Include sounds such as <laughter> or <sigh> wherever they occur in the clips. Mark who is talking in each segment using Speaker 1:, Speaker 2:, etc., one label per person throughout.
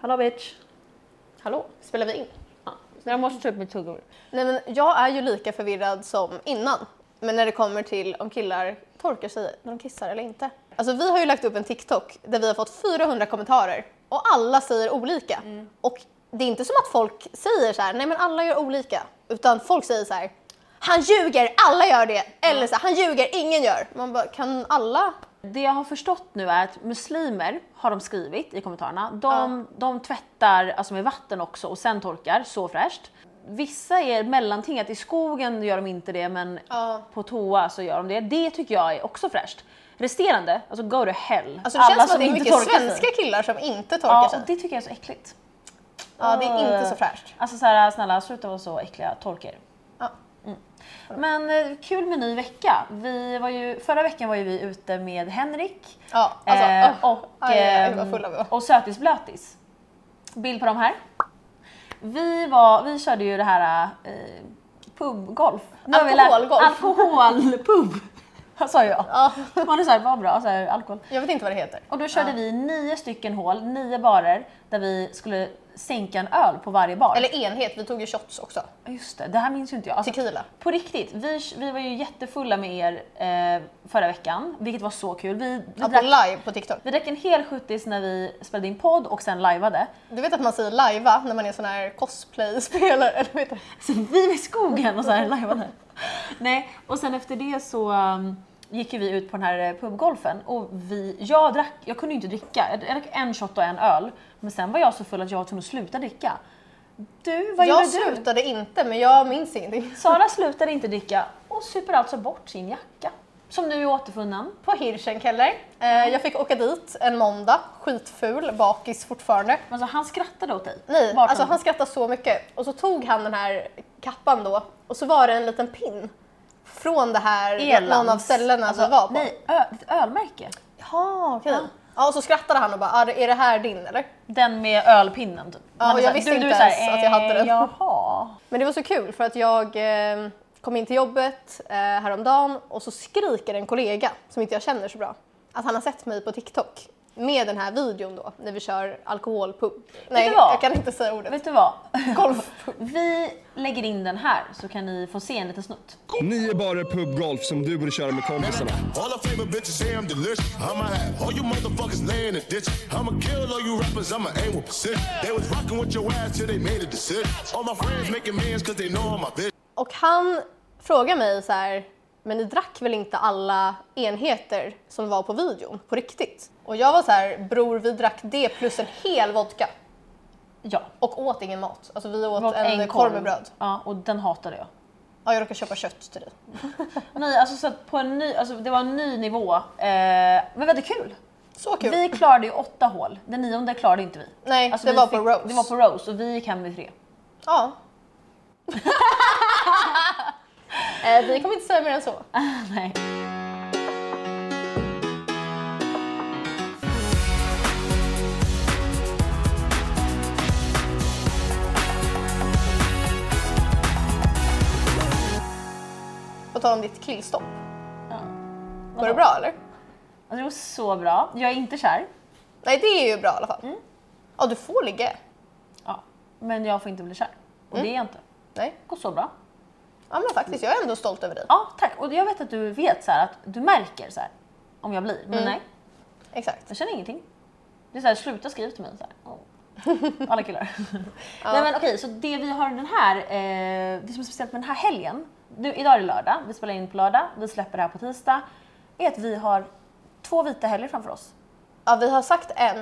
Speaker 1: Hallå bitch!
Speaker 2: Hallå, spelar vi in?
Speaker 1: Så jag måste ta upp mitt tuggummi.
Speaker 2: Nej men jag är ju lika förvirrad som innan. Men när det kommer till om killar torkar sig när de kissar eller inte. Alltså vi har ju lagt upp en TikTok där vi har fått 400 kommentarer och alla säger olika.
Speaker 1: Mm.
Speaker 2: Och det är inte som att folk säger så här, nej men alla gör olika. Utan folk säger så här, han ljuger, alla gör det! Eller så här, han ljuger, ingen gör. Man bara, kan alla?
Speaker 1: Det jag har förstått nu är att muslimer, har de skrivit i kommentarerna, de, de tvättar alltså med vatten också och sen torkar, så fräscht. Vissa är mellanting, att i skogen gör de inte det men
Speaker 2: Ja.
Speaker 1: på toa så gör de det. Det tycker jag är också fräscht. Resterande, alltså go to hell.
Speaker 2: Alltså det känns som att det är mycket svenska killar som inte torkar
Speaker 1: Ja,
Speaker 2: sig.
Speaker 1: och det tycker jag är så äckligt.
Speaker 2: Ja, det är inte så fräscht.
Speaker 1: Alltså så här, snälla sluta vara så äckliga, torka er.
Speaker 2: Ja.
Speaker 1: Men eh, kul med ny vecka. Vi var ju, förra veckan var ju vi ute med Henrik
Speaker 2: Ja, alltså,
Speaker 1: eh,
Speaker 2: åh,
Speaker 1: och,
Speaker 2: aj, aj, aj,
Speaker 1: ehm,
Speaker 2: vad fulla vi var.
Speaker 1: och Sötis Blötis. Bild på dem här. Vi, var, vi körde ju det här eh, pubgolf. Nu har vi lärt-
Speaker 2: Alkoholgolf.
Speaker 1: Alkoholpub.
Speaker 2: <laughs>
Speaker 1: Vad sa jag?
Speaker 2: Ja,
Speaker 1: Man är såhär, vad bra, så här, alkohol.
Speaker 2: jag vet inte vad det heter.
Speaker 1: Och då körde vi nio stycken hål, nio barer, där vi skulle sänka en öl på varje bar.
Speaker 2: Eller enhet, vi tog ju shots också.
Speaker 1: Just det, det här minns ju inte jag. Alltså,
Speaker 2: Tequila.
Speaker 1: på riktigt, vi, vi var ju jättefulla med er eh, förra veckan, vilket var så kul. Vi, vi,
Speaker 2: Ja, på
Speaker 1: drack,
Speaker 2: live på TikTok.
Speaker 1: vi drack en hel skjuttis när vi spelade in podd och sen lajvade.
Speaker 2: Du vet att man säger lajva när man är sån här cosplay-spelare? <laughs> Eller vet du?
Speaker 1: Så vi var i skogen och så här lajvade. Nej, och sen efter det så um, gick ju vi ut på den här eh, pubgolfen och vi, jag drack, jag kunde ju inte dricka. Jag drack en shot och en öl, men sen var jag så full att jag var tvungen att sluta dricka. Du, vad
Speaker 2: Jag
Speaker 1: gjorde du?
Speaker 2: slutade inte, men jag minns ingenting.
Speaker 1: Sara slutade inte dricka och super alltså bort sin jacka. Som nu är återfunnen.
Speaker 2: På Hirschenkeller. Eh, jag fick åka dit en måndag, skitful, bakis fortfarande.
Speaker 1: Alltså han skrattade åt dig?
Speaker 2: Nej,
Speaker 1: Bakom.
Speaker 2: alltså han skrattade så mycket. Och så tog han den här kappan då och så var det en liten pin från det här,
Speaker 1: Elans. Alltså,
Speaker 2: någon av cellerna som vi var på.
Speaker 1: Nej, ö, ett ölmärke.
Speaker 2: Jaha, okej. Ja, och så skrattade han och bara, "Ah, är det här din eller?
Speaker 1: Den med ölpinnen typ.
Speaker 2: Ja,
Speaker 1: Han
Speaker 2: och
Speaker 1: är så
Speaker 2: jag
Speaker 1: här,
Speaker 2: visste
Speaker 1: du,
Speaker 2: inte
Speaker 1: du är så här,
Speaker 2: ens att jag hade den.
Speaker 1: "Eh, Jaha.
Speaker 2: Men det var så kul för att jag eh, kom in till jobbet eh, häromdagen och så skriker en kollega som inte jag känner så bra att han har sett mig på TikTok med den här videon då när vi kör alkoholpub. Nej,
Speaker 1: du vad?
Speaker 2: jag kan inte säga ordet.
Speaker 1: Vet du vad? <laughs>
Speaker 2: Golfpub.
Speaker 1: Vi lägger in den här så kan ni få se en liten snutt.
Speaker 3: Nio barer pubgolf som du borde köra med kompisarna.
Speaker 4: All our favorite bitches say I'm delicious. I'ma have all you motherfuckers lay in the ditch. I'ma kill all you rappers, I'ma aim with precision. They was rocking with your ass till they made a decision. All my friends making mans cause they know I'm a bitch.
Speaker 2: <laughs> Och han frågar mig så här, men ni drack väl inte alla enheter som var på videon på riktigt? Och jag var så här, bror vi drack det plus en hel vodka
Speaker 1: Ja.
Speaker 2: och åt ingen mat. Alltså vi åt,
Speaker 1: Och
Speaker 2: en, korv med bröd.
Speaker 1: Ja, och den hatade jag.
Speaker 2: Ja, jag råkade köpa kött till dig.
Speaker 1: Nej, alltså så att på en ny, alltså det var en ny nivå. Eh, men väldigt kul.
Speaker 2: Så kul.
Speaker 1: Vi klarade ju åtta hål, det nionde klarade inte vi.
Speaker 2: Nej,
Speaker 1: Alltså,
Speaker 2: det
Speaker 1: vi
Speaker 2: var
Speaker 1: fick-
Speaker 2: på Rose.
Speaker 1: Det var på Rose och vi gick hem vid tre. <laughs>
Speaker 2: Ja. <laughs> eh, vi kommer inte säga mer än så.
Speaker 1: Nej.
Speaker 2: På tal om ditt killstopp.
Speaker 1: Ja.
Speaker 2: Går det bra eller?
Speaker 1: Alltså, det var så bra. Jag är inte kär.
Speaker 2: Nej, det är ju bra i alla fall. Ja, du får ligga.
Speaker 1: Ja. Men jag får inte bli kär. Och det är jag inte.
Speaker 2: Nej.
Speaker 1: Det går så bra.
Speaker 2: Ja, men faktiskt. Jag är ändå stolt över dig.
Speaker 1: Ja, tack. Och jag vet att du vet så här, att du märker så här, om jag blir. Men nej,
Speaker 2: Exakt.
Speaker 1: jag känner ingenting. Det är så här, sluta skriva till mig. Så här. Åh. <laughs> Alla killar. Nej, men okej, så det vi har den här, eh, det som är speciellt med den här helgen. Nu, idag är det lördag, vi spelar in på lördag, vi släpper det här på tisdag. Är att vi har två vita helger framför oss.
Speaker 2: Ja, vi har sagt en.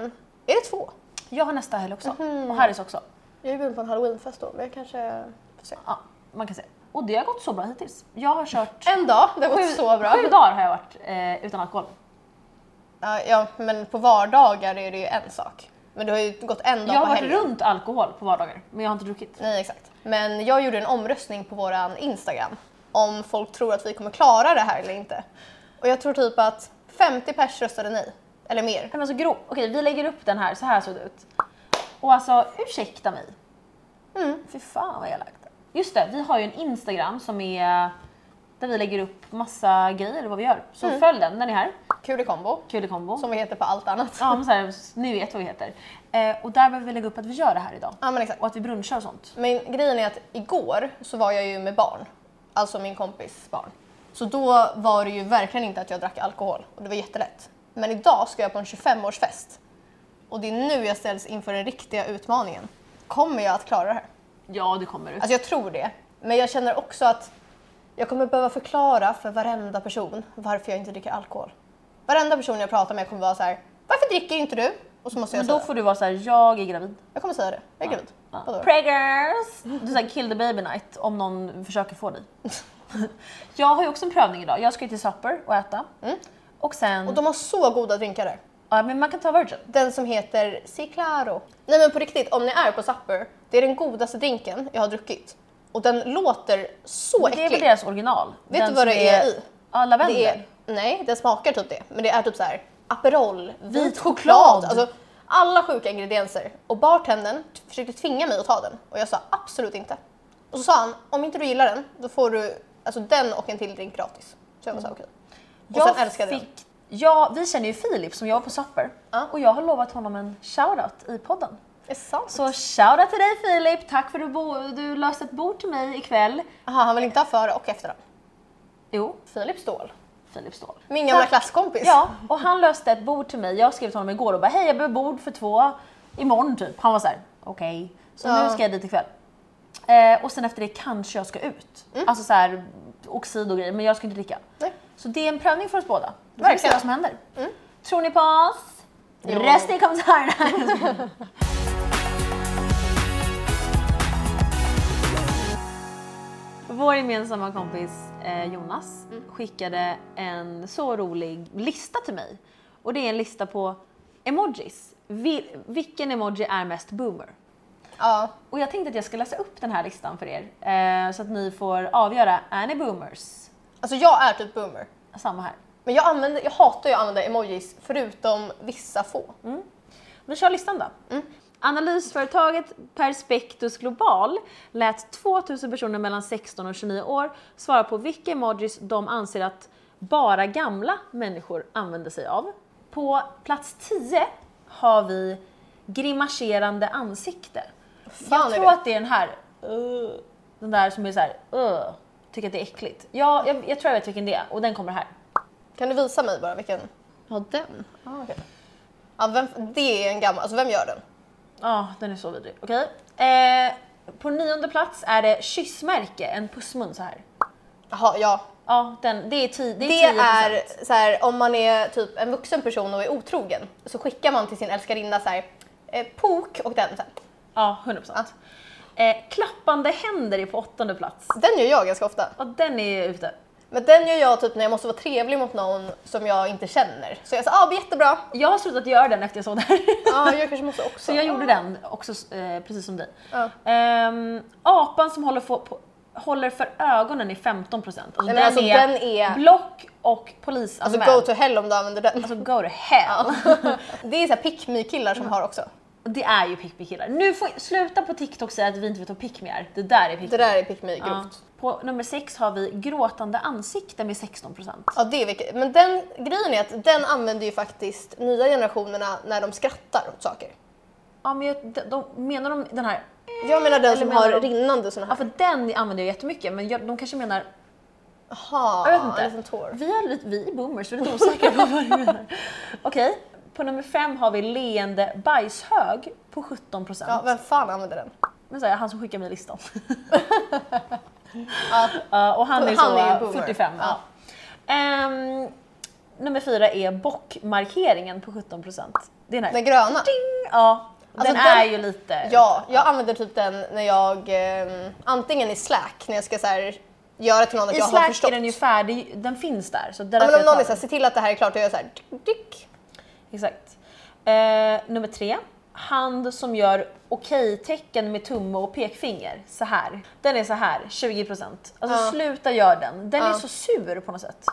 Speaker 2: Är det två?
Speaker 1: Jag har nästa helg också. Och Harrys också.
Speaker 2: Jag är bjuden på en halloweenfest då, men jag kanske får se.
Speaker 1: Ja, man kan säga. Och det har gått så bra hittills. Jag har kört
Speaker 2: En dag, det har gått så bra.
Speaker 1: sju dagar har jag varit eh, utan alkohol.
Speaker 2: Ja, ja, men på vardagar är det ju en sak. Men det har ju gått en dag
Speaker 1: Jag har
Speaker 2: på
Speaker 1: varit
Speaker 2: helgen.
Speaker 1: runt alkohol på vardagar, men jag har inte druckit.
Speaker 2: Nej, exakt. Men jag gjorde en omröstning på våran Instagram om folk tror att vi kommer klara det här eller inte. Och jag tror typ att 50 pers röstade nej, eller mer.
Speaker 1: Nej, Men alltså, grov. Okej, vi lägger upp den här. Så här såg det ut. Och alltså, ursäkta mig. Mm. Fy fan vad elakt. Just det, vi har ju en Mm. Instagram som är där vi lägger upp massa grejer vad vi gör. Så följ den, den är här.
Speaker 2: Kul i kombo.
Speaker 1: Kul i kombo.
Speaker 2: Som vi heter på allt annat.
Speaker 1: Ja, men så här, ni vet vad vi heter. Eh, och där behöver vi lägga upp att vi gör det här idag.
Speaker 2: Ja, men exakt.
Speaker 1: Och att vi brunchar och sånt.
Speaker 2: Men grejen är att igår så var jag ju med barn, alltså min kompis barn. Så då var det ju verkligen inte att jag drack alkohol och det var jättelätt. Men idag ska jag på en 25-årsfest och det är nu jag ställs inför den riktiga utmaningen. Kommer jag att klara det här?
Speaker 1: Ja, det kommer du.
Speaker 2: Alltså jag tror det. Men jag känner också att jag kommer behöva förklara för varenda person varför jag inte dricker alkohol. Varenda person jag pratar med kommer vara så här, varför dricker inte du? Och så måste jag
Speaker 1: men
Speaker 2: säga,
Speaker 1: då får du vara så här, jag är gravid.
Speaker 2: jag kommer säga det, jag är gravid. Vadå? Mm.
Speaker 1: Ja. Preggers! Du säger kill the baby night om någon försöker få dig. <laughs> jag har ju också en prövning idag. Jag ska ju till Supper och äta. Och sen...
Speaker 2: Mm. Och de har så goda drinkar där.
Speaker 1: ja, men man kan ta Virgin.
Speaker 2: Den som heter Si Claro. Nej men på riktigt, om ni är på Supper, det är den godaste drinken jag har druckit. Och den låter så
Speaker 1: Det är väl
Speaker 2: äcklig.
Speaker 1: deras original?
Speaker 2: Vet
Speaker 1: Den
Speaker 2: du vad
Speaker 1: som
Speaker 2: det är i?
Speaker 1: Ja, lavendel.
Speaker 2: Det är, nej, den smakar typ det. Men det är typ så här Aperol, vit
Speaker 1: Vit
Speaker 2: choklad.
Speaker 1: choklad.
Speaker 2: Alltså, alla sjuka ingredienser. Och bartendern t- försökte tvinga mig att ta den och jag sa absolut inte. Och så sa han, om inte du gillar den, då får du alltså, den och en till drink gratis. Så jag var så här, okej. Och
Speaker 1: Mm. Jag
Speaker 2: sen älskade jag den.
Speaker 1: fick... Ja, vi känner ju Filip som jag var på Supper.
Speaker 2: Ja.
Speaker 1: Och jag har lovat honom en shoutout i podden.
Speaker 2: Är det sant?
Speaker 1: Så shoutout till dig Filip, tack för att du, bo- du löste ett bord till mig ikväll.
Speaker 2: Aha, han vill inte ha före och efter.
Speaker 1: Jo,
Speaker 2: Filip Ståhl.
Speaker 1: Filip Ståhl.
Speaker 2: Min gamla
Speaker 1: Tack.
Speaker 2: klasskompis.
Speaker 1: Ja, och han löste ett bord till mig. Jag skrev till honom igår och bara hej jag behöver bord för två imorgon typ. Han var så här: okej. Så
Speaker 2: Ja.
Speaker 1: nu ska jag dit ikväll. Eh, och sen efter det kanske jag ska ut. Alltså så här oxid och grejer, men jag ska inte dricka.
Speaker 2: Nej.
Speaker 1: Så det är en prövning för oss båda. Då får vi se
Speaker 2: Verkligen.
Speaker 1: vad som händer. Tror ni på oss? Resten i kommentarerna. Vår gemensamma kompis eh, Jonas skickade en så rolig lista till mig. Och det är en lista på emojis. Vil- vilken emoji är mest boomer?
Speaker 2: Ja.
Speaker 1: Och jag tänkte att jag ska läsa upp den här listan för er eh, så att ni får avgöra, är ni boomers?
Speaker 2: Alltså jag är typ boomer.
Speaker 1: Samma här.
Speaker 2: Men jag, använder, jag hatar ju att använda emojis förutom vissa få.
Speaker 1: Mm. Vi kör listan då.
Speaker 2: Mm.
Speaker 1: Analysföretaget Perspectus Global lät 2000 personer mellan 16 och 29 år svara på vilka emojis de anser att bara gamla människor använder sig av. På plats 10 har vi grimaserande ansikte.
Speaker 2: Fan
Speaker 1: jag
Speaker 2: är
Speaker 1: tror
Speaker 2: det.
Speaker 1: att det är den här, "Ugh", den där som är så här, "Ugh", tycker att det är äckligt. Ja, jag, jag tror jag vet vilken det är och den kommer här.
Speaker 2: Kan du visa mig bara vilken?
Speaker 1: Ja, den.
Speaker 2: Ah, okej. Ja, vem, det är en gammal, alltså vem gör den?
Speaker 1: Ja, den är så vidrig. Okej. Eh, på nionde plats är det kyssmärke, en pussmun så här.
Speaker 2: Jaha, ja.
Speaker 1: Ja, den, det är 10 Det
Speaker 2: Det
Speaker 1: är, 10%.
Speaker 2: är så här, om man är typ en vuxen person och är otrogen så skickar man till sin älskarinna så här, eh, pok och den. Så här.
Speaker 1: Ja, 100%. Eh, klappande händer är på åttonde plats.
Speaker 2: Den gör jag ganska ofta.
Speaker 1: Och den är ute.
Speaker 2: Men den gör jag typ när jag måste vara trevlig mot någon som jag inte känner. Så jag säger ah, jättebra.
Speaker 1: Jag har slutat göra den efter jag såg den här. <laughs>
Speaker 2: Ja, jag kanske måste också.
Speaker 1: Så jag gjorde den också, eh, precis som dig.
Speaker 2: Ja.
Speaker 1: Ehm, apan som håller, få, på, håller för ögonen är 15%. Alltså,
Speaker 2: men
Speaker 1: den,
Speaker 2: alltså,
Speaker 1: är
Speaker 2: den är-
Speaker 1: block och polisanmäld.
Speaker 2: Alltså go to hell om du använder den. <laughs>
Speaker 1: alltså go to hell.
Speaker 2: det är så här pick me killar som har också.
Speaker 1: Och Det är ju pick me killar. Nu får sluta på TikTok säga att vi inte vet vad pick me är. Det där är pick
Speaker 2: Det
Speaker 1: me.
Speaker 2: där är pick me
Speaker 1: Ja.
Speaker 2: grovt.
Speaker 1: På nummer sex har vi gråtande ansikte med 16%.
Speaker 2: Ja, det är vilket. Men den grejen är att den använder ju faktiskt nya generationerna när de skrattar åt saker.
Speaker 1: Ja men jag, de, de, menar de den här?
Speaker 2: Jag menar den som
Speaker 1: menar
Speaker 2: har
Speaker 1: de-
Speaker 2: rinnande såna
Speaker 1: Ja
Speaker 2: här.
Speaker 1: för den använder jag jättemycket men jag, de kanske menar,
Speaker 2: Jaha,
Speaker 1: jag vet
Speaker 2: en
Speaker 1: inte.
Speaker 2: liten tår.
Speaker 1: Vi är, lite- vi är boomers, vi är lite osäkra på vad det
Speaker 2: <laughs>
Speaker 1: menar. Okej, på nummer fem har vi leende bajshög på 17%.
Speaker 2: Ja, vem fan använder den?
Speaker 1: Men så här, han som skickar mig listan.
Speaker 2: <laughs> Ja.
Speaker 1: Ja, och han är,
Speaker 2: Han
Speaker 1: så,
Speaker 2: är ju
Speaker 1: eh,
Speaker 2: boomer.
Speaker 1: 45. Ja. Ehm, nummer fyra är bockmarkeringen på 17%. Det är den här.
Speaker 2: Den gröna?
Speaker 1: Ding! Ja,
Speaker 2: Alltså
Speaker 1: den,
Speaker 2: den-
Speaker 1: är ju lite...
Speaker 2: Ja, jag använder typ den när jag eh, antingen i slack, när jag ska så här, göra till någon att
Speaker 1: I
Speaker 2: jag har
Speaker 1: Slack
Speaker 2: förstått.
Speaker 1: är den ju färdig, den finns där. Så det är
Speaker 2: ja, men
Speaker 1: därför
Speaker 2: om
Speaker 1: jag
Speaker 2: någon
Speaker 1: tar
Speaker 2: är såhär, se till att det här är klart, då gör jag såhär dick.
Speaker 1: den. Exakt. Eh, nummer tre, hand som gör okej-tecken med tumme och pekfinger. Så här. Den är så här, 20%. Alltså
Speaker 2: Ja.
Speaker 1: sluta gör den. Den är
Speaker 2: Ja.
Speaker 1: så sur på något sätt.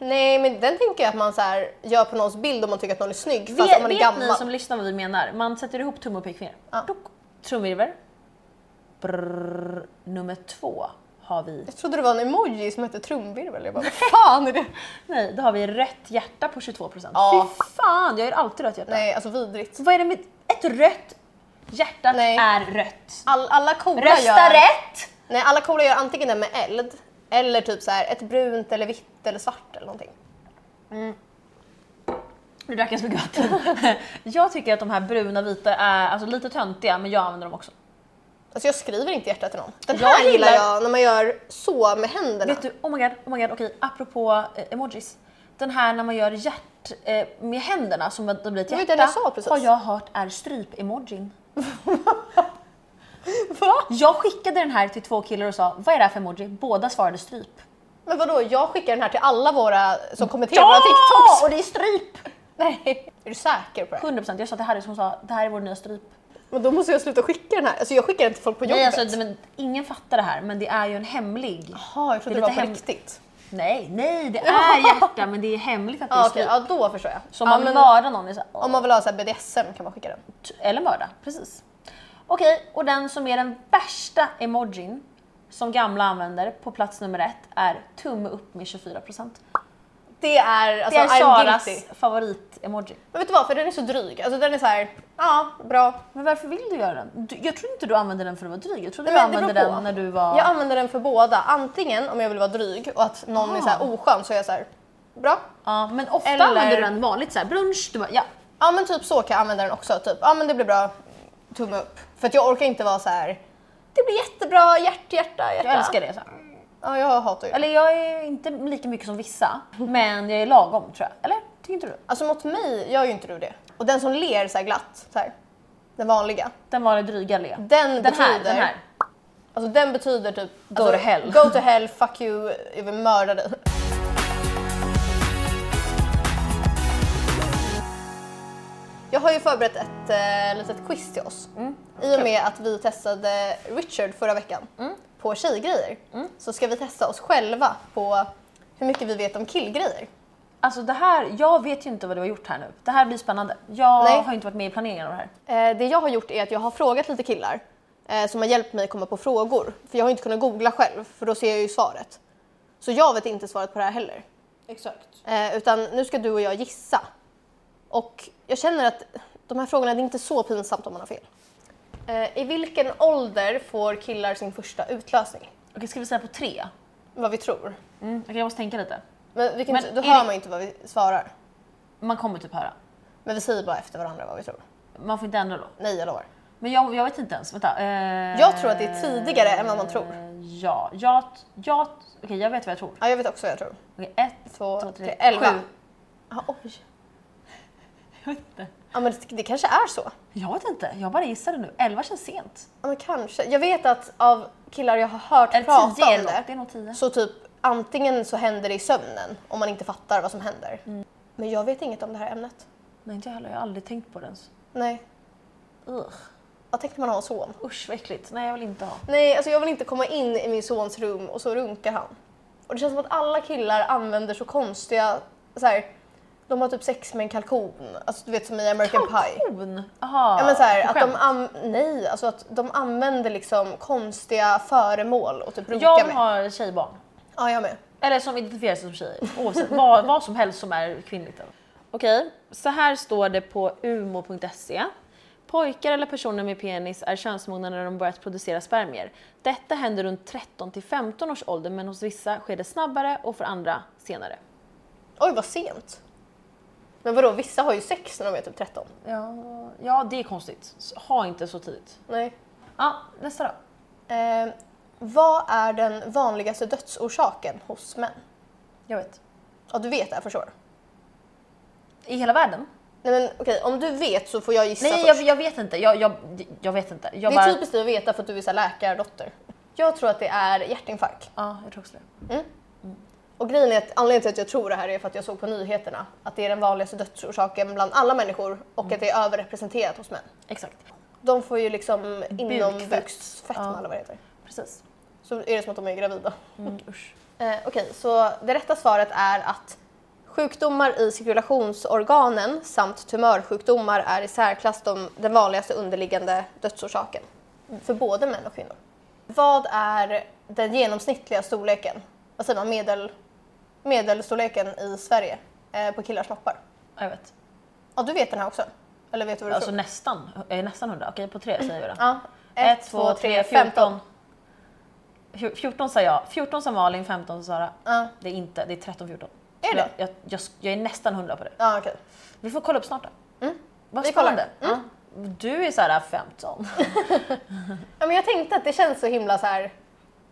Speaker 2: Nej, men den tänker jag att man så här, gör på någons bild om man tycker att någon är snygg, fast om
Speaker 1: Vet,
Speaker 2: man är
Speaker 1: vet
Speaker 2: gammal.
Speaker 1: ni som lyssnar vad vi menar? Man sätter ihop tumme och pekfinger.
Speaker 2: Ja.
Speaker 1: Dok. Trumvirvel. Brrr. Nummer två har vi...
Speaker 2: Jag trodde det var en emoji som hette trumvirvel. Jag bara, vad fan är det?
Speaker 1: Nej, då har vi rött hjärta på 22 procent.
Speaker 2: Ja.
Speaker 1: Fy fan, jag gör alltid rött hjärta.
Speaker 2: Nej, alltså vidrigt.
Speaker 1: Vad är det med... Ett rött... Hjärtat
Speaker 2: Nej.
Speaker 1: är rött.
Speaker 2: All, alla coola
Speaker 1: Rösta
Speaker 2: gör...
Speaker 1: rätt!
Speaker 2: Nej, alla coola gör antingen det med eld eller typ så här ett brunt eller vitt eller svart eller någonting.
Speaker 1: Nu drack jag så mycket vatten. <laughs> jag tycker att de här bruna vita är alltså, lite töntiga, men jag använder dem också.
Speaker 2: Alltså jag skriver inte hjärta till någon. Den
Speaker 1: Jag
Speaker 2: här gillar
Speaker 1: gillar-
Speaker 2: jag när man gör så med händerna.
Speaker 1: Vet du, oh my god, oh my god, okej, apropå eh, emojis. Den här när man gör hjärt eh, med händerna som att det blir ett
Speaker 2: Det var ju
Speaker 1: hjärta,
Speaker 2: den jag sa precis.
Speaker 1: har jag hört är stryp-emojin.
Speaker 2: Va?
Speaker 1: Jag skickade den här till två killar och sa vad är det här för emoji? Båda svarade stryp.
Speaker 2: Men vadå, jag skickar den här till alla våra som kommenterar våra TikToks.
Speaker 1: Och det är stryp!
Speaker 2: Nej. Är du säker på det?
Speaker 1: 100% jag sa till Harry som sa det här är vår nya stryp.
Speaker 2: Men då måste jag sluta skicka den här. Alltså jag skickar den till folk på jobbet.
Speaker 1: Nej, alltså, men, ingen fattar det här men det är ju en hemlig.
Speaker 2: Jaha, jag trodde
Speaker 1: Det
Speaker 2: det,
Speaker 1: är
Speaker 2: var på
Speaker 1: lite hem-
Speaker 2: riktigt.
Speaker 1: Nej, nej
Speaker 2: <laughs>
Speaker 1: det är hjärta men det är hemligt att det är
Speaker 2: Ja, Ah, okej,
Speaker 1: stryp.
Speaker 2: ja då förstår jag.
Speaker 1: Så om
Speaker 2: ja,
Speaker 1: man vill mörda någon är så här, "Åh,
Speaker 2: om man vill ha så här BDSM kan man skicka den.
Speaker 1: t- eller mörda. Precis. Okej, och den som är den värsta emojin som gamla använder på plats nummer ett är tumme upp med 24%.
Speaker 2: Det är
Speaker 1: Det
Speaker 2: alltså
Speaker 1: är
Speaker 2: I'm
Speaker 1: Saras
Speaker 2: guilty.
Speaker 1: favorit-emoji.
Speaker 2: Men vet du vad, för den är så dryg. Alltså den är så här, ja, bra.
Speaker 1: Men varför vill du göra den? Du, jag tror inte du använde den för att vara dryg. Jag trodde
Speaker 2: Nej, men
Speaker 1: du
Speaker 2: det
Speaker 1: använde
Speaker 2: beror på.
Speaker 1: den när du var...
Speaker 2: Jag använder den för båda. Antingen om jag vill vara dryg och att någon är så
Speaker 1: Ah.
Speaker 2: här oskön så är jag så här, bra.
Speaker 1: Ja, men ofta
Speaker 2: Eller-
Speaker 1: använder du den vanligt så här, brunch, du bara, ja.
Speaker 2: Ja men typ så kan jag använda den också. Typ, ja men det blir bra, tumme upp. För att jag orkar inte vara så här. det blir jättebra, hjärt, hjärta, hjärta.
Speaker 1: Jag älskar det. Så här.
Speaker 2: Ja jag hatar ju det.
Speaker 1: Eller jag är inte lika mycket som vissa, men jag är lagom tror jag. Eller? Tycker inte du?
Speaker 2: Alltså mot mig gör ju inte du det. Och den som ler så här glatt, så här, den vanliga.
Speaker 1: Den vanliga dryga le.
Speaker 2: Den,
Speaker 1: Den
Speaker 2: betyder,
Speaker 1: här, den här.
Speaker 2: Alltså den betyder typ... Go
Speaker 1: to hell.
Speaker 2: Go to hell, fuck you, jag vill mörda dig. Jag har ju förberett ett eh, litet quiz till oss.
Speaker 1: Mm.
Speaker 2: I och med att vi testade Richard förra veckan
Speaker 1: Mm.
Speaker 2: på tjejgrejer så ska vi testa oss själva på hur mycket vi vet om killgrejer.
Speaker 1: Alltså det här, jag vet ju inte vad du har gjort här nu. Det här blir spännande. Jag
Speaker 2: Nej.
Speaker 1: har ju inte varit med i planeringen av det här.
Speaker 2: Eh, det jag har gjort är att jag har frågat lite killar eh, som har hjälpt mig komma på frågor. För jag har inte kunnat googla själv, för då ser jag ju svaret. Så jag vet inte svaret på det här heller.
Speaker 1: Exakt.
Speaker 2: Eh, utan nu ska du och jag gissa. Och jag känner att de här frågorna, det är inte så pinsamt om man har fel. Eh, I vilken ålder får killar sin första utlösning?
Speaker 1: Okej, ska vi säga på tre?
Speaker 2: Vad vi tror.
Speaker 1: Mm. Okej, jag måste tänka lite.
Speaker 2: Men, vi kan
Speaker 1: Men
Speaker 2: inte, då
Speaker 1: är
Speaker 2: hör
Speaker 1: det-
Speaker 2: man ju inte vad vi svarar.
Speaker 1: Man kommer typ höra.
Speaker 2: Men vi säger bara efter varandra vad vi tror.
Speaker 1: Man får inte ändra då.
Speaker 2: Nej, jag lovar.
Speaker 1: Men jag, jag vet inte ens. Vänta. Eh,
Speaker 2: Jag tror att det är tidigare än vad man tror.
Speaker 1: Ja, jag... jag Okej, jag vet vad jag tror.
Speaker 2: Ja, jag vet också vad jag tror.
Speaker 1: Okej, ett,
Speaker 2: Två,
Speaker 1: två,
Speaker 2: tre,
Speaker 1: tre,
Speaker 2: elva.
Speaker 1: sju.
Speaker 2: Ja, oj.
Speaker 1: Jag vet inte.
Speaker 2: Ja, men det, det kanske är så.
Speaker 1: Jag vet inte. Jag bara gissade nu. Elva känns sent.
Speaker 2: Ja, men kanske. Jag vet att av killar jag har hört
Speaker 1: Eller
Speaker 2: prata
Speaker 1: tio är
Speaker 2: om
Speaker 1: det nog. Det är
Speaker 2: det,
Speaker 1: nog tio.
Speaker 2: så typ antingen så händer det i sömnen om man inte fattar vad som händer.
Speaker 1: Mm.
Speaker 2: Men jag vet inget om det här ämnet.
Speaker 1: Nej, inte jag heller. Jag har aldrig tänkt på det ens.
Speaker 2: Nej.
Speaker 1: Ugh.
Speaker 2: Vad tänkte man ha en son?
Speaker 1: Usch, vad äckligt. Nej, jag vill inte ha.
Speaker 2: Nej, alltså jag vill inte komma in i min sons rum och så runkar han. Och det känns som att alla killar använder så konstiga, så här, de har typ sex med en kalkon. Alltså du vet som i American Pie.
Speaker 1: Kalkon? Jaha.
Speaker 2: Ja, men så här,
Speaker 1: på
Speaker 2: att de
Speaker 1: skämt.
Speaker 2: an- nej, alltså att de använder liksom konstiga föremål och typ runka
Speaker 1: Jag vill
Speaker 2: med.
Speaker 1: ha tjejbarn.
Speaker 2: Ja, jag med.
Speaker 1: Eller som identifierar sig som tjejer. Oavsett vad, vad som helst som är kvinnligt. Okej, så här står det på umo.se. Pojkar eller personer med penis är könsmogna när de börjat producera spermier. Detta händer runt 13 till 15 års ålder men hos vissa sker det snabbare och för andra senare.
Speaker 2: Oj, vad sent. Men vadå, vissa har ju sex när de är typ 13.
Speaker 1: Ja, ja det är konstigt. Så Ha inte så tidigt.
Speaker 2: Nej.
Speaker 1: Ja, nästa då.
Speaker 2: Eh, vad är den vanligaste dödsorsaken hos män?
Speaker 1: Jag vet.
Speaker 2: Ja, du vet det här för sure.
Speaker 1: I hela världen?
Speaker 2: Nej men okej, om du vet så får jag gissa
Speaker 1: Nej,
Speaker 2: först.
Speaker 1: jag, jag vet inte. Jag, jag, jag vet inte. Jag
Speaker 2: Det
Speaker 1: bara...
Speaker 2: är typiskt dig att veta för att du är så här läkardotter. Jag tror att det är hjärtinfarkt.
Speaker 1: Ja, jag tror också det.
Speaker 2: Och grejen är att anledningen till att jag tror det här är för att jag såg på nyheterna att det är den vanligaste dödsorsaken bland alla människor och att det är överrepresenterat hos män.
Speaker 1: Exakt.
Speaker 2: De får ju liksom inombuksfetma
Speaker 1: Ja.
Speaker 2: eller vad det heter.
Speaker 1: Precis.
Speaker 2: Så är det som att de är gravida.
Speaker 1: Mm, usch.
Speaker 2: Eh, Okej, så det rätta svaret är att sjukdomar i cirkulationsorganen samt tumörsjukdomar är i särklass de, den vanligaste underliggande dödsorsaken för både män och kvinnor. Vad är den genomsnittliga storleken, vad säger man, medel, medelstorleken i Sverige eh, på killars snoppar?
Speaker 1: Ja, jag vet.
Speaker 2: Ja, du vet den här också? Eller vet du vad du
Speaker 1: Alltså
Speaker 2: tror?
Speaker 1: nästan, jag är nästan 100. Okej, på tre säger vi då.
Speaker 2: Ja.
Speaker 1: Ett, två, tre, fjorton.
Speaker 2: femton.
Speaker 1: Fjo- 14 sa jag. 14 sa Malin, 15 sa Sara.
Speaker 2: Ja.
Speaker 1: Det är inte, det är 13, 14.
Speaker 2: Är det?
Speaker 1: Jag, jag, jag, jag är nästan 100 på det.
Speaker 2: Ja, okej.
Speaker 1: Vi får kolla upp snart då. Vad
Speaker 2: Mm. Vi kollar. Mm.
Speaker 1: spännande. Ja. Du är så här 15.
Speaker 2: Ja, men jag tänkte att det känns så himla så här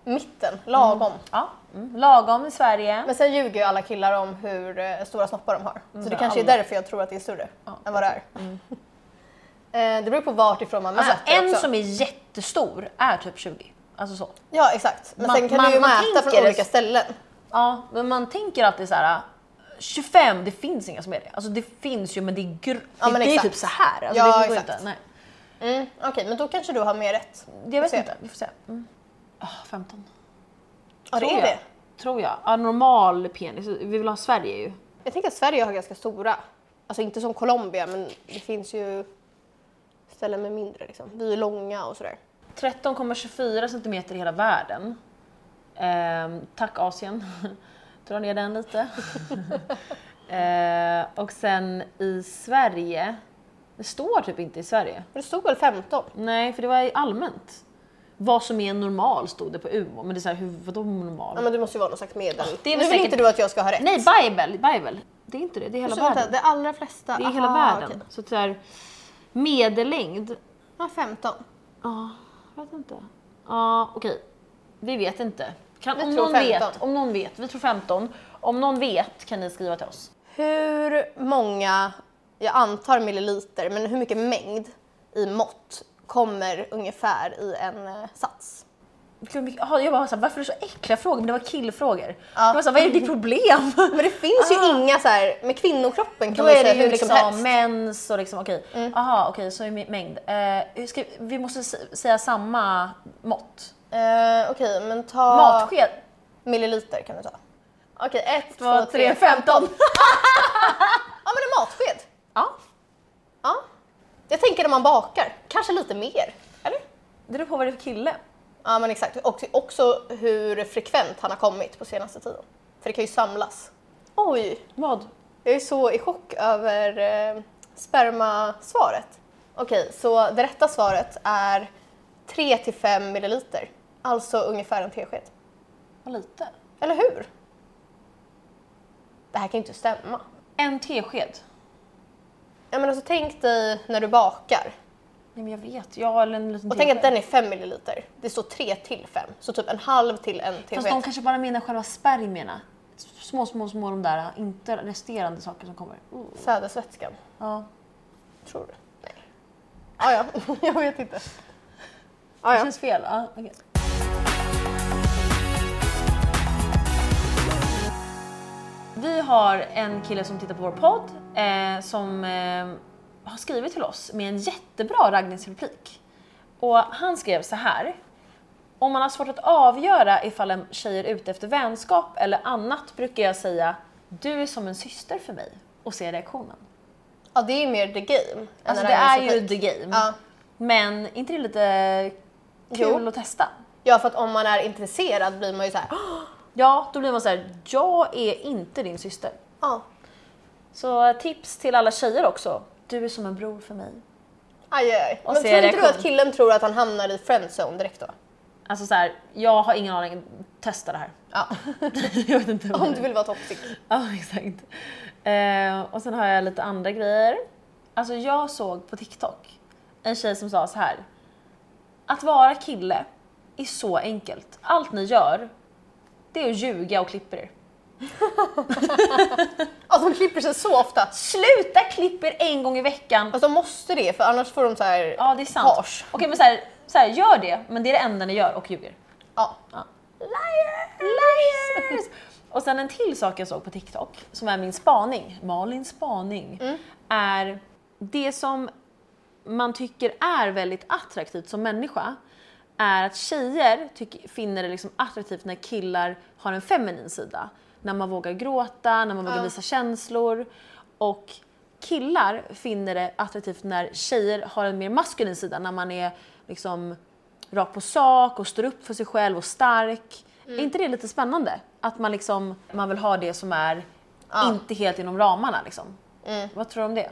Speaker 2: mitten, lagom.
Speaker 1: Ja. Mm. Lagom i Sverige.
Speaker 2: Men sen ljuger ju alla killar om hur eh, stora snoppar de har. Så det
Speaker 1: men
Speaker 2: kanske är
Speaker 1: alla-
Speaker 2: därför jag tror att det är större än vad det är. Eh, det beror på vart ifrån man
Speaker 1: Mm. alltså,
Speaker 2: mäter
Speaker 1: en
Speaker 2: också.
Speaker 1: som är jättestor är typ 20. Alltså så.
Speaker 2: Ja, exakt. Men
Speaker 1: Man-
Speaker 2: sen kan
Speaker 1: man-
Speaker 2: du ju
Speaker 1: man
Speaker 2: mäta
Speaker 1: tänker
Speaker 2: från
Speaker 1: det-
Speaker 2: olika ställen.
Speaker 1: Ja, men man tänker alltid så här 25, det finns inga som är det. Alltså det finns ju men det är, gr-
Speaker 2: Ja, men
Speaker 1: det, det är
Speaker 2: exakt.
Speaker 1: typ så här. Alltså,
Speaker 2: Ja,
Speaker 1: det går
Speaker 2: exakt.
Speaker 1: Inte. Nej.
Speaker 2: Mm, Okej, men då kanske du har mer rätt.
Speaker 1: Jag vet
Speaker 2: ser.
Speaker 1: inte, vi får se. Mm. Ah, 15.
Speaker 2: Ja, det
Speaker 1: Tror
Speaker 2: är
Speaker 1: jag.
Speaker 2: det.
Speaker 1: Tror jag. Ja, normal penis. Vi vill ha Sverige ju.
Speaker 2: Jag tänker att Sverige har ganska stora. Alltså inte som Colombia, men det finns ju ställen med mindre. Liksom. Vi är långa och sådär.
Speaker 1: 13,24 centimeter i hela världen. Ehm, tack Asien. <laughs> Dra ner den lite. <laughs> Ehm, och sen i Sverige. Det står typ inte i Sverige.
Speaker 2: Men det stod väl 15?
Speaker 1: Nej, för det var allmänt. Vad som är normal stod det på UO, men det är såhär, hur- vadå normal?
Speaker 2: Ja, men det måste ju vara någon slags medel.
Speaker 1: det är
Speaker 2: nu
Speaker 1: väl
Speaker 2: vill
Speaker 1: säkert-
Speaker 2: inte du att jag ska ha rätt.
Speaker 1: Nej, Bible, Bible! Det är inte det, det är hela
Speaker 2: Så
Speaker 1: världen.
Speaker 2: vänta, det allra flesta?
Speaker 1: Det är hela
Speaker 2: Aha,
Speaker 1: världen.
Speaker 2: okej.
Speaker 1: Så att såhär, medellängd,
Speaker 2: Ja, 15.
Speaker 1: ja, jag vet inte. Ja, okej. Vi vet inte. Kan,
Speaker 2: Vi
Speaker 1: om,
Speaker 2: tror
Speaker 1: någon
Speaker 2: 15.
Speaker 1: vet, om någon vet, vi tror 15. Om någon vet kan ni skriva till oss.
Speaker 2: Hur många, jag antar milliliter, men hur mycket mängd i mått kommer ungefär i en eh, sats?
Speaker 1: Gud, mycket- jaha, jag bara såhär, varför är det så enkla frågor? Men det var killfrågor. Jag var såhär, vad är det ditt <laughs> problem? Ah,
Speaker 2: Men det finns ju inga så här, med kvinnokroppen
Speaker 1: Då
Speaker 2: kan man
Speaker 1: är
Speaker 2: säga
Speaker 1: det
Speaker 2: hur
Speaker 1: ju
Speaker 2: mycket
Speaker 1: liksom
Speaker 2: som helst.
Speaker 1: mens och liksom, okej, aha, okej, så är min mängd. Eh, hur ska, vi måste s- säga samma mått.
Speaker 2: Eh, Okej, men ta...
Speaker 1: Matsked.
Speaker 2: Milliliter kan du ta. Okej, ett,
Speaker 1: Två,
Speaker 2: två,
Speaker 1: tre,
Speaker 2: tre, femton. <laughs> ja, men en matsked.
Speaker 1: Ja,
Speaker 2: Ja. Jag tänker när man bakar, kanske lite mer. Eller?
Speaker 1: det beror på vad det är för kille.
Speaker 2: Ja, men exakt. Och också hur frekvent han har kommit på senaste tiden. För det kan ju samlas. Oj,
Speaker 1: Vad?
Speaker 2: jag är så i chock över eh, spermasvaret. Okej, så det rätta svaret är 3 till 5 milliliter. Alltså ungefär en tesked.
Speaker 1: Vad lite.
Speaker 2: Eller hur? Det här kan ju inte stämma.
Speaker 1: En tesked.
Speaker 2: Ja, men alltså, tänk dig när du bakar.
Speaker 1: Nej men jag vet, jag eller en liten
Speaker 2: Och tänk att den är 5 milliliter. Det står 3 till 5, så typ en halv till en
Speaker 1: Fast de
Speaker 2: tesked.
Speaker 1: kanske bara menar själva spermierna. Små, små, små de där, inte resterande saker som kommer. Mm.
Speaker 2: Sädesvätskan,
Speaker 1: Ja.
Speaker 2: tror du? Nej.
Speaker 1: <laughs>
Speaker 2: Ah, ja, jag vet inte. Ah,
Speaker 1: Det
Speaker 2: ja.
Speaker 1: känns fel. Ja, okej. Vi har en kille som tittar på vår podd eh, som eh, har skrivit till oss med en jättebra raggningsreplik. Och han skrev så här. Om man har svårt att avgöra ifall en tjej är ute efter vänskap eller annat brukar jag säga du är som en syster för mig och se reaktionen.
Speaker 2: ja, det är ju mer the game. än
Speaker 1: Alltså
Speaker 2: en
Speaker 1: det är ju
Speaker 2: raggningsteknik.
Speaker 1: the game.
Speaker 2: Ja.
Speaker 1: Men inte det lite kul
Speaker 2: Jo.
Speaker 1: att testa?
Speaker 2: ja, för att om man är intresserad blir man ju så här. "Åh,
Speaker 1: Ja, då blir man så här, jag är inte din syster.
Speaker 2: Ja,
Speaker 1: Så tips till alla tjejer också. Du är som en bror för mig.
Speaker 2: aj, aj, aj.
Speaker 1: Och
Speaker 2: Men
Speaker 1: se
Speaker 2: tror inte du
Speaker 1: reaktion.
Speaker 2: att killen tror att han hamnar i friendzone direkt då?
Speaker 1: Alltså så här, jag har ingen aning. Testa det här.
Speaker 2: Ja.
Speaker 1: <laughs> jag vet inte. vad
Speaker 2: <laughs> Om
Speaker 1: det
Speaker 2: du
Speaker 1: är.
Speaker 2: vill vara toxic.
Speaker 1: Ja, exakt. Eh, och sen har jag lite andra grejer. Alltså jag såg på TikTok en tjej som sa så här. Att vara kille är så enkelt. Allt ni gör, det är att ljuga och klippa er.
Speaker 2: Alltså de klipper sig så ofta.
Speaker 1: Sluta klippa er en gång i veckan
Speaker 2: Alltså de måste det, för annars får de så här "Ah,
Speaker 1: Ja, det är sant.
Speaker 2: page.
Speaker 1: Okej, men så här, så här, gör det, men det är det enda ni gör och ljuger.
Speaker 2: Ja.
Speaker 1: Liars! Liars! Och sen en till sak jag såg på TikTok, som är min spaning, Malins spaning, är det som man tycker är väldigt attraktivt som människa är att tjejer tycker, finner det liksom attraktivt när killar har en feminin sida. När man vågar gråta, när man vågar visa känslor. Och killar finner det attraktivt när tjejer har en mer maskulin sida, när man är liksom rak på sak och står upp för sig själv och stark.
Speaker 2: Mm.
Speaker 1: Är inte det lite spännande? Att man liksom, man vill ha det som är inte helt inom ramarna liksom.
Speaker 2: Mm.
Speaker 1: Vad tror du om det?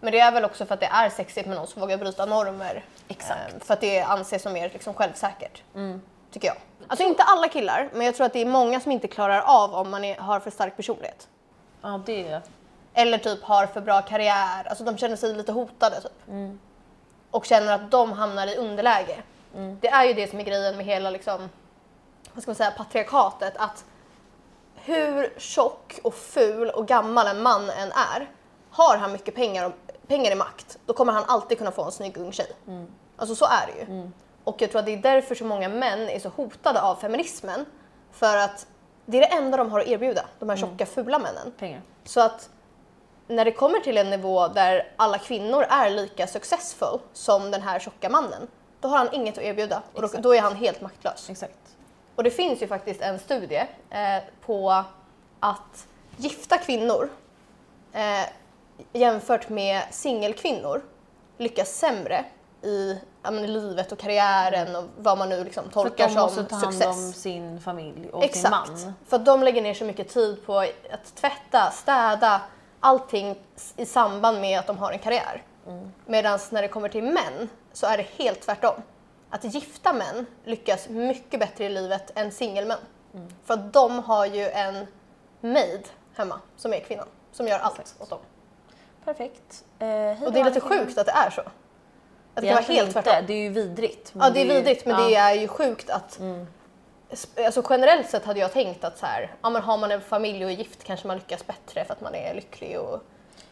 Speaker 2: Men det är väl också för att det är sexigt med någon som vågar bryta normer.
Speaker 1: Exakt. Mm.
Speaker 2: Eh, för att det anses som mer liksom självsäkert. Tycker jag. Alltså inte alla killar, men jag tror att det är många som inte klarar av om man är, har för stark personlighet.
Speaker 1: Ja, det...
Speaker 2: Eller typ har för bra karriär. Alltså de känner sig lite hotade typ. Och känner att de hamnar i underläge. Det är ju det som är grejen med hela liksom, vad ska man säga, patriarkatet. Att hur tjock och ful och gammal en man än är, har han mycket pengar, och, pengar i makt, då kommer han alltid kunna få en snygg ung tjej. Alltså så är det ju. Och jag tror att det är därför så många män är så hotade av feminismen. För att det är det enda de har att erbjuda, de här tjocka fula männen.
Speaker 1: Pengar.
Speaker 2: Så att när det kommer till en nivå där alla kvinnor är lika successful som den här tjocka mannen, då har han inget att erbjuda och då,
Speaker 1: Exakt.
Speaker 2: då är han helt maktlös.
Speaker 1: Exakt.
Speaker 2: Och det finns ju faktiskt en studie eh, på att gifta kvinnor eh, jämfört med singelkvinnor lyckas sämre i ja, men, i livet och karriären och vad man nu liksom
Speaker 1: För att
Speaker 2: tolkar
Speaker 1: de
Speaker 2: som
Speaker 1: måste ta hand
Speaker 2: success.
Speaker 1: om sin familj och sin
Speaker 2: Exakt.
Speaker 1: man.
Speaker 2: För att de lägger ner så mycket tid på att tvätta, städa, allting s- i samband med att de har en karriär.
Speaker 1: Mm.
Speaker 2: Medan när det kommer till män så är det helt tvärtom. Att gifta män lyckas mycket bättre i livet än singelmän.
Speaker 1: Mm.
Speaker 2: För att de har ju en maid hemma som är kvinnan, som gör allt åt dem.
Speaker 1: Perfekt. Eh, hej
Speaker 2: Och
Speaker 1: då,
Speaker 2: det är lite
Speaker 1: alla killar.
Speaker 2: sjukt att det är så. Att det kan vara
Speaker 1: Egentligen
Speaker 2: helt
Speaker 1: inte.
Speaker 2: tvärtom.
Speaker 1: Det är ju vidrigt.
Speaker 2: Ja, det är vidrigt men det
Speaker 1: Mm. ja. Mm.
Speaker 2: är ju sjukt att... Sp- Alltså generellt sett hade jag tänkt att så här, ja, men har man en familj och är gift kanske man lyckas bättre för att man är lycklig och...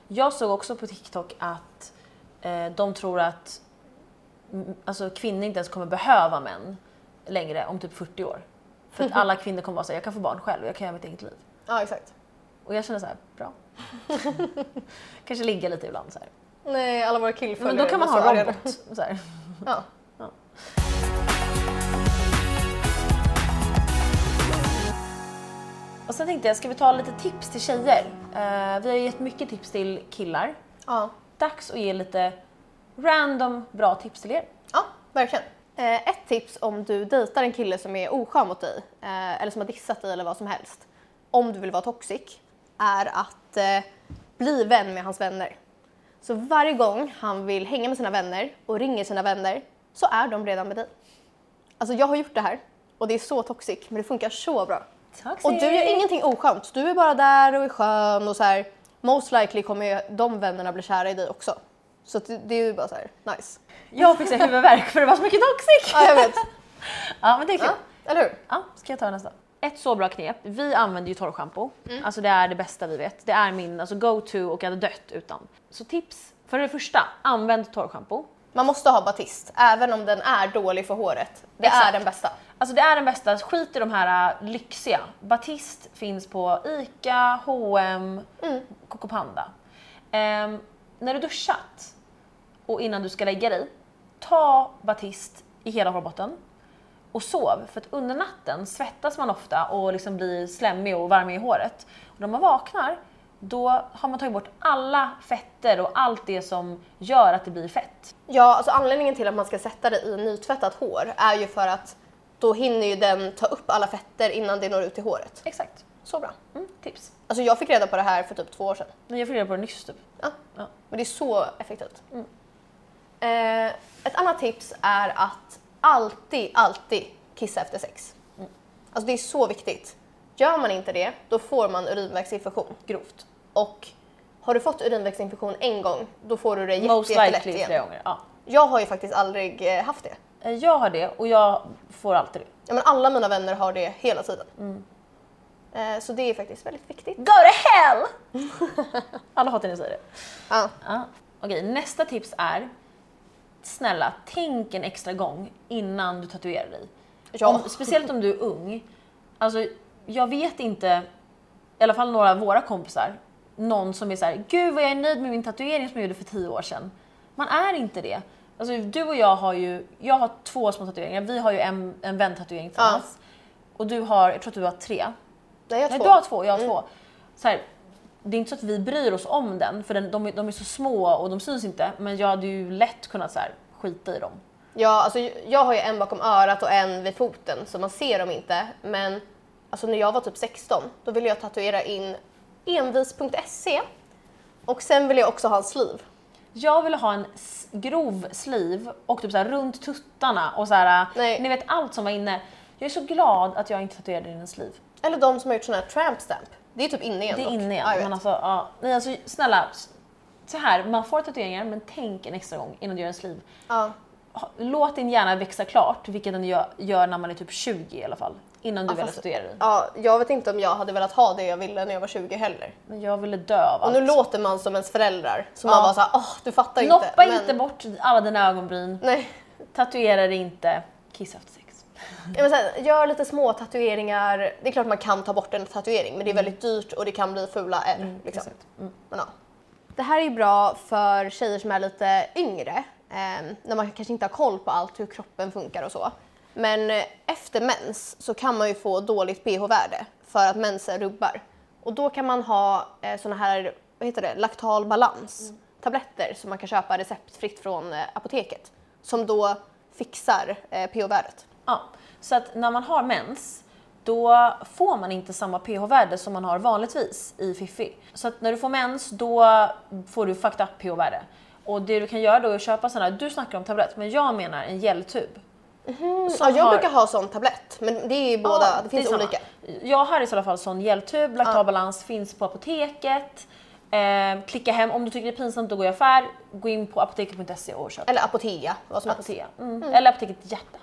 Speaker 1: Jag såg också på TikTok att eh, de tror att mm, alltså, kvinnor inte ens kommer behöva män längre om typ 40 år. För
Speaker 2: <laughs>
Speaker 1: att alla kvinnor kommer vara såhär, jag kan få barn själv, jag kan göra mitt eget liv.
Speaker 2: Ja, exakt.
Speaker 1: Och jag känner såhär,
Speaker 2: <laughs>
Speaker 1: bra. Kanske ligga lite ibland så här.
Speaker 2: Nej, alla våra killföljare
Speaker 1: Men då kan man
Speaker 2: var
Speaker 1: ha
Speaker 2: så arga.
Speaker 1: robot. Så här.
Speaker 2: Ja.
Speaker 1: Ja. Och sen tänkte jag, ska vi ta lite tips till tjejer? Eh, vi har ju gett mycket tips till killar.
Speaker 2: Ja.
Speaker 1: Dags att ge lite random bra tips till er.
Speaker 2: ja, verkligen. Eh, ett tips om du dejtar en kille som är oskön mot dig eh, eller som har dissat dig eller vad som helst, om du vill vara toxic, är att eh, bli vän med hans vänner. Så varje gång han vill hänga med sina vänner och ringer sina vänner så är de redan med dig. Alltså jag har gjort det här och det är så toxic men det funkar så bra. Och du gör ingenting oskönt, du är bara där och är skön och så här. Most likely kommer ju de vännerna bli kära i dig också. Så att det, det är ju bara så här, nice.
Speaker 1: Jag fick så här huvudvärk för det var så mycket toxic.
Speaker 2: Ja jag vet,
Speaker 1: Ja, men det är kul.
Speaker 2: ja, eller hur?
Speaker 1: Ja, ska jag ta nästa? Ett så bra knep. Vi använder ju torrschampo. Alltså det är det bästa vi vet. Det är min alltså go-to och jag hade dött utan. Så tips. För det första, använd torrschampo.
Speaker 2: Man måste ha batist, även om den är dålig för håret. Det är
Speaker 1: Exakt.
Speaker 2: den bästa.
Speaker 1: Alltså det är den bästa, skit i de här äh, lyxiga. Batist finns på ICA, H&M,
Speaker 2: Mm.
Speaker 1: Coco Panda. Ehm, när du duschat och innan du ska lägga dig, ta Batist i hela hårbotten och sov. För att under natten svettas man ofta och liksom blir slemmig och varm i håret. Och när man vaknar, då har man tagit bort alla fetter och allt det som gör att det blir fett.
Speaker 2: Ja, alltså anledningen till att man ska sätta det i nytvättat hår är ju för att då hinner ju den ta upp alla fetter innan det når ut i håret.
Speaker 1: Exakt.
Speaker 2: Så bra.
Speaker 1: Mm, tips.
Speaker 2: Alltså jag fick reda på det här för typ två år sedan.
Speaker 1: Men jag får reda på det nyss typ.
Speaker 2: Ja.
Speaker 1: Ja. Mm.
Speaker 2: Men det är så effektivt. Eh, ett annat tips är att alltid, alltid kissa efter sex.
Speaker 1: Mm.
Speaker 2: Alltså det är så viktigt. Gör man inte det, då får man urinvägsinfektion.
Speaker 1: Grovt.
Speaker 2: Och har du fått urinvägsinfektion en gång, då får du det jätte-
Speaker 1: Most
Speaker 2: jättelätt
Speaker 1: likely flera
Speaker 2: igen.
Speaker 1: gånger. Ja.
Speaker 2: Jag har ju faktiskt aldrig eh, haft det.
Speaker 1: Eh, Jag har det och jag får alltid det.
Speaker 2: Ja, men alla mina vänner har det hela tiden.
Speaker 1: Mm.
Speaker 2: Eh, så det är faktiskt väldigt viktigt.
Speaker 1: Go to hell! <laughs> Alla hatar när jag säger det.
Speaker 2: Ja.
Speaker 1: Ja. Okej, nästa tips är Snälla, tänk en extra gång innan du tatuerar dig.
Speaker 2: Ja.
Speaker 1: Om, speciellt om du är ung. Alltså, jag vet inte, i alla fall några av våra kompisar, någon som är så här: gud vad jag är nöjd med min tatuering som jag gjorde för tio år sedan. Man är inte det. Alltså, du och jag har ju, jag har två små tatueringar, vi har ju en, en väntatuering tillsammans. Och du har, jag tror att du har tre.
Speaker 2: Nej, jag
Speaker 1: Nej,
Speaker 2: har två. Mm.
Speaker 1: du har två och jag har två. Så här, det är inte så att vi bryr oss om den, för den, de, är- de är så små och de syns inte. Men jag hade ju lätt kunnat så här, skita i dem.
Speaker 2: Ja, alltså, jag har ju en bakom örat och en vid foten så man ser dem inte. Men alltså, när jag var typ 16 då ville jag tatuera in envis.se och sen ville jag också ha en sleeve.
Speaker 1: Jag ville ha en s- grov sliv och typ så här runt tuttarna och så här,
Speaker 2: Nej.
Speaker 1: ni vet allt som var inne. Jag är så glad att jag inte tatuerade in en sliv.
Speaker 2: Eller de som har gjort sån här tramp stamp. Det är typ inne igen
Speaker 1: Det är
Speaker 2: dock.
Speaker 1: inne igen.
Speaker 2: Ja, jag
Speaker 1: men
Speaker 2: vet.
Speaker 1: alltså, ja. Nej, alltså, snälla, s- så här, man får tatueringar men tänk en extra gång innan du gör en sliv.
Speaker 2: ja.
Speaker 1: Ha- Låt din hjärna växa klart, vilket den gör, gör när man är typ 20 i alla fall. Innan du väl
Speaker 2: fast-
Speaker 1: tatuerar dig.
Speaker 2: Ja, jag vet inte om jag hade velat ha det jag ville när jag var 20 heller.
Speaker 1: Men jag ville dö av
Speaker 2: Och
Speaker 1: allt.
Speaker 2: nu låter man som ens föräldrar. Så man
Speaker 1: Ja.
Speaker 2: bara såhär, åh du fattar inte.
Speaker 1: Noppa
Speaker 2: men-
Speaker 1: inte bort alla dina ögonbryn,
Speaker 2: Nej.
Speaker 1: tatuera dig inte, kissa efter sex.
Speaker 2: Ja, men så här, gör lite små tatueringar. Det är klart man kan ta bort en tatuering men det är väldigt dyrt och det kan bli fula ärr. liksom.
Speaker 1: exakt.
Speaker 2: men, ja. Det här är ju bra för tjejer som är lite yngre. Eh, när man kanske inte har koll på allt hur kroppen funkar och så. Men eh, efter mens så kan man ju få dåligt pH-värde för att mensen rubbar. Och då kan man ha eh, såna här, vad heter det, laktal balans tabletter som man kan köpa receptfritt från eh, apoteket. Som då fixar eh, pH-värdet.
Speaker 1: Ja, så att när man har mens då får man inte samma pH-värde som man har vanligtvis i Fifi. Så att när du får mens då får du fucked up pH-värde. Och det du kan göra då är att köpa sådana här, du snackar om tablett men jag menar en geltub.
Speaker 2: Ja, jag
Speaker 1: har-
Speaker 2: brukar ha sån tablett, men det är ju båda,
Speaker 1: Ja,
Speaker 2: det finns
Speaker 1: är samma.
Speaker 2: olika.
Speaker 1: Jag har i så fall sån geltub, laktalbalans finns på apoteket. Eh, klicka hem, om du tycker det är pinsamt att gå i affär, gå in på apoteket.se och köp.
Speaker 2: Eller Apotea, vad som helst.
Speaker 1: Apotea. Mm. Eller apoteket Hjärtat.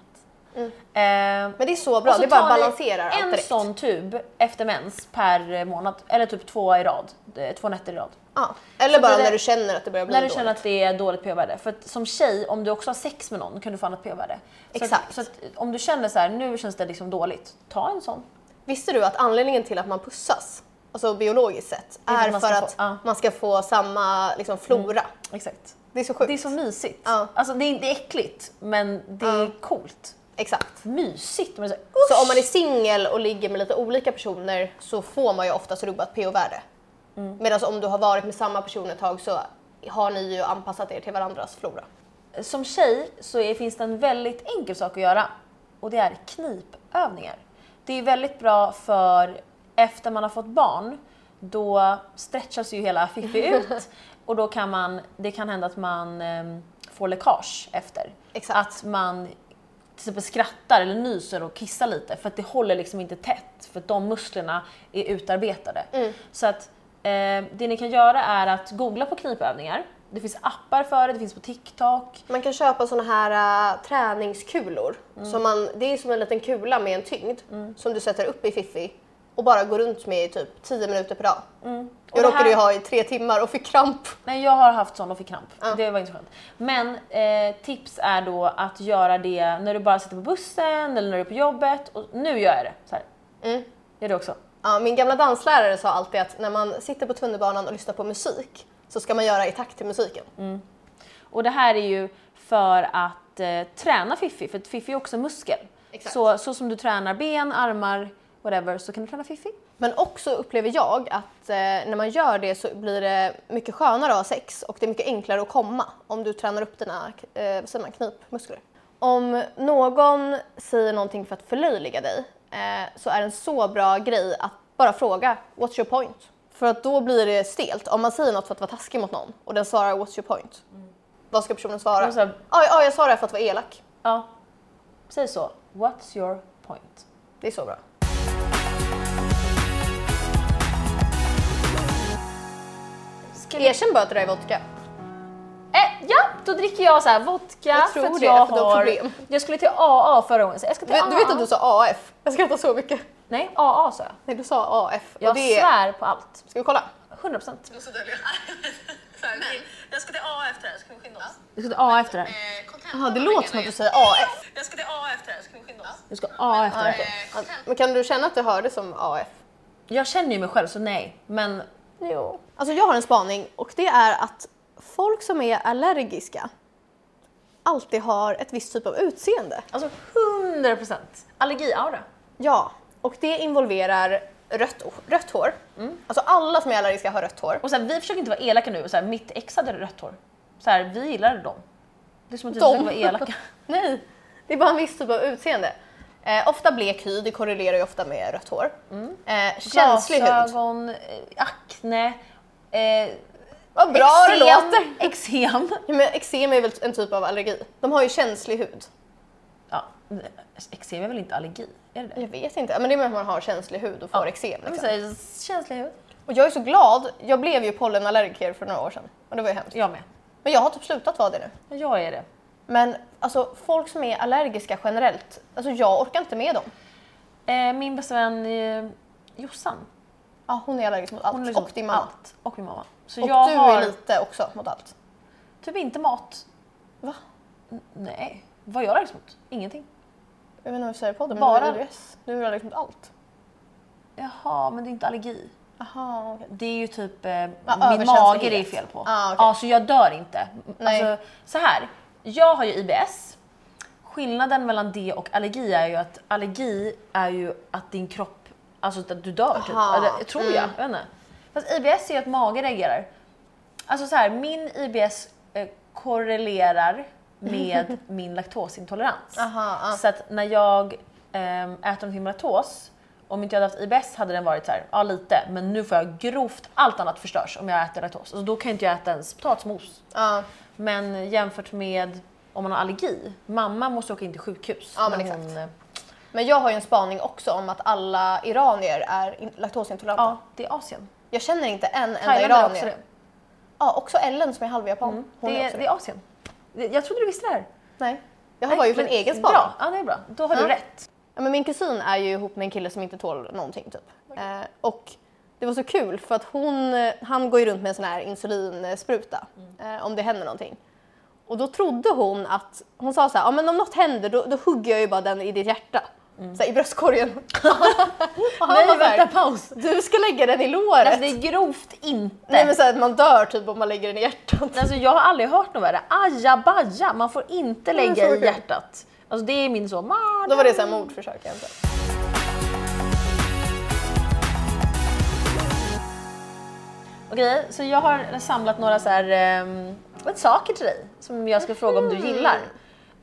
Speaker 1: Eh,
Speaker 2: Men det är så bra,
Speaker 1: Och så
Speaker 2: det bara
Speaker 1: tar ni
Speaker 2: balanserar allt
Speaker 1: En
Speaker 2: direkt.
Speaker 1: sån tub efter mens per månad, eller typ två i rad, eh, två nätter i rad.
Speaker 2: Ja. Eller
Speaker 1: Så
Speaker 2: bara
Speaker 1: blir det-
Speaker 2: när du känner att det börjar bli
Speaker 1: När du
Speaker 2: dåligt.
Speaker 1: känner att det är dåligt pH-värde. För att som tjej, om du också har sex med någon kan du få annat pH-värde. Så Att,
Speaker 2: Exakt.
Speaker 1: så att om du känner så här, nu känns det liksom dåligt, ta en sån.
Speaker 2: Visste du att anledningen till att man pussas, alltså biologiskt sett,
Speaker 1: är för
Speaker 2: är
Speaker 1: att man
Speaker 2: för
Speaker 1: ska
Speaker 2: att
Speaker 1: få- ja.
Speaker 2: man ska få samma liksom, flora?
Speaker 1: Exakt.
Speaker 2: Det är så sjukt.
Speaker 1: Det är så mysigt.
Speaker 2: Ja.
Speaker 1: Alltså det är, det är äckligt, men det är coolt.
Speaker 2: Exakt.
Speaker 1: Mysigt. Men det är så,
Speaker 2: Så om man är
Speaker 1: usch!
Speaker 2: singel och ligger med lite olika personer så får man ju oftast rubbat pH-värde.
Speaker 1: Mm.
Speaker 2: Medan om du har varit med samma person ett tag så har ni ju anpassat er till varandras flora.
Speaker 1: Som tjej så är, finns det en väldigt enkel sak att göra och det är knipövningar. Det är väldigt bra för efter man har fått barn då stretchas ju hela fiffi ut och då kan man, det kan hända att man ehm, får läckage efter.
Speaker 2: Exakt.
Speaker 1: Att man till exempel skrattar eller nyser och kissar lite för att det håller liksom inte tätt för att de musklerna är utarbetade. Så att eh, det ni kan göra är att googla på knipövningar. Det finns appar för det, det finns på TikTok.
Speaker 2: Man kan köpa såna här äh, träningskulor.
Speaker 1: Mm.
Speaker 2: Som man, det är som en liten kula med en tyngd som du sätter upp i Fiffi och bara går runt med i typ 10 minuter per dag.
Speaker 1: Mm. det
Speaker 2: Jag råkade ju
Speaker 1: här-
Speaker 2: ha i tre timmar och fick kramp.
Speaker 1: Nej, jag har haft sån och fick kramp. Det var inte så skönt. Men eh, tips är då att göra det när du bara sitter på bussen eller när du är på jobbet. Och nu gör jag det. Så här.
Speaker 2: Mm.
Speaker 1: Gör det också.
Speaker 2: Ja, min gamla danslärare sa alltid att när man sitter på tunnelbanan och lyssnar på musik så ska man göra i takt till musiken.
Speaker 1: Och det här är ju för att eh, träna fiffi, för att fiffi är också muskel.
Speaker 2: Exakt.
Speaker 1: Så, så som du tränar ben, armar, whatever, så kan du träna fiffi.
Speaker 2: Men också upplever jag att eh, när man gör det så blir det mycket skönare att ha sex och det är mycket enklare att komma om du tränar upp dina eh, vad säger man, knipmuskler. Om någon säger någonting för att förlöjliga dig eh, så är det en så bra grej att bara fråga “What's your point?” För att då blir det stelt. Om man säger något för att vara taskig mot någon och den svarar “What's your point?” Mm. Vad ska personen svara?
Speaker 1: Och så här-
Speaker 2: “Ja, ja, jag sa det här för att vara elak.”
Speaker 1: Ja, säg så. What's your point?
Speaker 2: Det är så bra.
Speaker 1: Ska vi-
Speaker 2: Erkänn bara att det där är vodka.
Speaker 1: Eh, ja, då dricker jag så här vodka
Speaker 2: Jag
Speaker 1: för
Speaker 2: tror
Speaker 1: att
Speaker 2: det,
Speaker 1: jag
Speaker 2: för de
Speaker 1: har...
Speaker 2: problem.
Speaker 1: Jag skulle till AA förra gången. Så jag ska till
Speaker 2: Du,
Speaker 1: AA.
Speaker 2: du vet att du sa AF? Jag skrattar så mycket.
Speaker 1: Nej, AA sa jag.
Speaker 2: Nej, du sa AF.
Speaker 1: Jag
Speaker 2: och det är...
Speaker 1: svär på allt.
Speaker 2: Ska vi kolla?
Speaker 1: 100 procent.
Speaker 5: <laughs> Jag ska till A efter det här, ska vi skynda oss?
Speaker 1: Jag ska till AA efter det här.
Speaker 5: Eh, kontent-
Speaker 2: Ja, det låter som att du säger AF.
Speaker 5: Jag ska till A efter det här, ska vi skynda oss?
Speaker 1: Jag ska till AA efter det här.
Speaker 2: Men kan du känna att du hörde som AF?
Speaker 1: Jag känner ju mig själv så nej, men...
Speaker 2: Jo. Alltså jag har en spaning och det är att folk som är allergiska alltid har ett visst typ av utseende.
Speaker 1: Alltså 100 procent. Allergiaura.
Speaker 2: Ja, och det involverar rött, rött hår. Alltså alla som är allergiska har rött hår.
Speaker 1: Och så här, vi försöker inte vara elaka nu, så här, mitt ex hade rött hår. Så här, vi gillade dem. Det är som att vi
Speaker 2: De-
Speaker 1: försöker
Speaker 5: <laughs>
Speaker 1: vara elaka.
Speaker 2: Nej, det är bara en viss typ av utseende. Eh, ofta blek hy, det korrelerar ju ofta med rött hår. Eh, känslig hud.
Speaker 1: Mm. Glasögon, eh, akne, eh,
Speaker 2: Vad bra det
Speaker 1: eksem.
Speaker 2: låter!
Speaker 1: <laughs> Eksem.
Speaker 2: Ja, men eksem är väl en typ av allergi? De har ju känslig hud.
Speaker 1: Ja, eksem är väl inte allergi? Är det det?
Speaker 2: Jag vet inte, men det är med att man har känslig hud och får eksem.
Speaker 1: Men
Speaker 2: Liksom.
Speaker 1: så är det Känslig hud.
Speaker 2: Och jag är så glad, jag blev ju pollenallergiker för några år sedan och det var ju hemskt.
Speaker 1: Jag med.
Speaker 2: Men jag har typ slutat vara det nu.
Speaker 1: Jag är det.
Speaker 2: Men alltså folk som är allergiska generellt, alltså jag orkar inte med dem.
Speaker 1: Eh, min bästa vän eh, Jossan.
Speaker 2: Ja, hon är allergisk mot allt
Speaker 1: Hon är liksom
Speaker 2: och din mamma.
Speaker 1: Allt. Och min mamma. Så
Speaker 2: Och
Speaker 1: jag
Speaker 2: du
Speaker 1: har
Speaker 2: är lite också mot allt.
Speaker 1: typ inte mat.
Speaker 2: Va?
Speaker 1: N- Nej. Vad gör jag liksom mot? Ingenting.
Speaker 2: Jag vet inte om jag säger på det, men
Speaker 1: Bara-
Speaker 2: Bara... du är IBS. Du är allergisk mot allt.
Speaker 1: Jaha, men det är inte allergi.
Speaker 2: Aha, okej.
Speaker 1: Det är ju typ eh, min
Speaker 2: överkänslighet.
Speaker 1: mage det är fel på.
Speaker 2: Ah, okej.
Speaker 1: Ja, så jag dör inte.
Speaker 2: Nej.
Speaker 1: Alltså, så här, jag har ju IBS. Skillnaden mellan det och allergi är ju att allergi är ju att din kropp, alltså att du dör typ.
Speaker 2: Aha, mm.
Speaker 1: Eller, tror jag, jag vet inte. Fast IBS är ju att magen reagerar. Alltså så här, min IBS eh, korrelerar
Speaker 2: <laughs>
Speaker 1: med min laktosintolerans.
Speaker 2: Aha, ah.
Speaker 1: Så att när jag ehm, äter någonting med laktos, om inte jag hade haft IBS hade den varit så här, ja lite, men nu får jag grovt, allt annat förstörs om jag äter laktos. Alltså då kan inte jag äta ens potatismos.
Speaker 2: Ja,
Speaker 1: Men jämfört med om man har allergi, mamma måste åka in till sjukhus.
Speaker 2: Ja, men
Speaker 1: när
Speaker 2: exakt.
Speaker 1: eh,
Speaker 2: Men jag har ju en spaning också om att alla iranier är in- laktosintoleranta.
Speaker 1: ja, det är Asien.
Speaker 2: Jag känner inte en enda
Speaker 1: Thailand är också
Speaker 2: iranier.
Speaker 1: det. Mm.
Speaker 2: Ja, också Ellen som är halvjapan. Hon
Speaker 1: Det
Speaker 2: är också
Speaker 1: är,
Speaker 2: det.
Speaker 1: det är Asien. Det- Jag trodde du visste det här.
Speaker 2: Nej. Jag har bara gjort
Speaker 1: men
Speaker 2: en egen spaning.
Speaker 1: Bra, ja det är bra. Då har
Speaker 2: Mm.
Speaker 1: du rätt.
Speaker 2: Ja, men min kusin är ju ihop med en kille som inte tål någonting typ. Eh, och det var så kul för att hon, eh, han går ju runt med en sån här insulinspruta
Speaker 1: Mm.
Speaker 2: eh, om det händer någonting. Och då trodde hon att, hon sa så här, ja men om något händer då, då hugger jag ju bara den i ditt hjärta. Så här,
Speaker 1: <laughs>
Speaker 2: I bröstkorgen. <laughs> Och han
Speaker 1: Mm. Nej,
Speaker 2: bara så här,
Speaker 1: vänta, paus.
Speaker 2: Du ska lägga den i låret.
Speaker 1: Alltså, det är grovt inte.
Speaker 2: Nej men så här, att man dör typ om man lägger den i hjärtat.
Speaker 1: Alltså jag har aldrig hört något värre. Ajabaja, man får inte
Speaker 2: det är
Speaker 1: lägga
Speaker 2: så
Speaker 1: i
Speaker 2: kul.
Speaker 1: hjärtat. Alltså det är min så. "Ma,
Speaker 2: <laughs> Då var det så här mordförsök egentligen.
Speaker 1: Okej, så jag har samlat några så här, ehm, lite saker till dig som jag ska fråga om du gillar.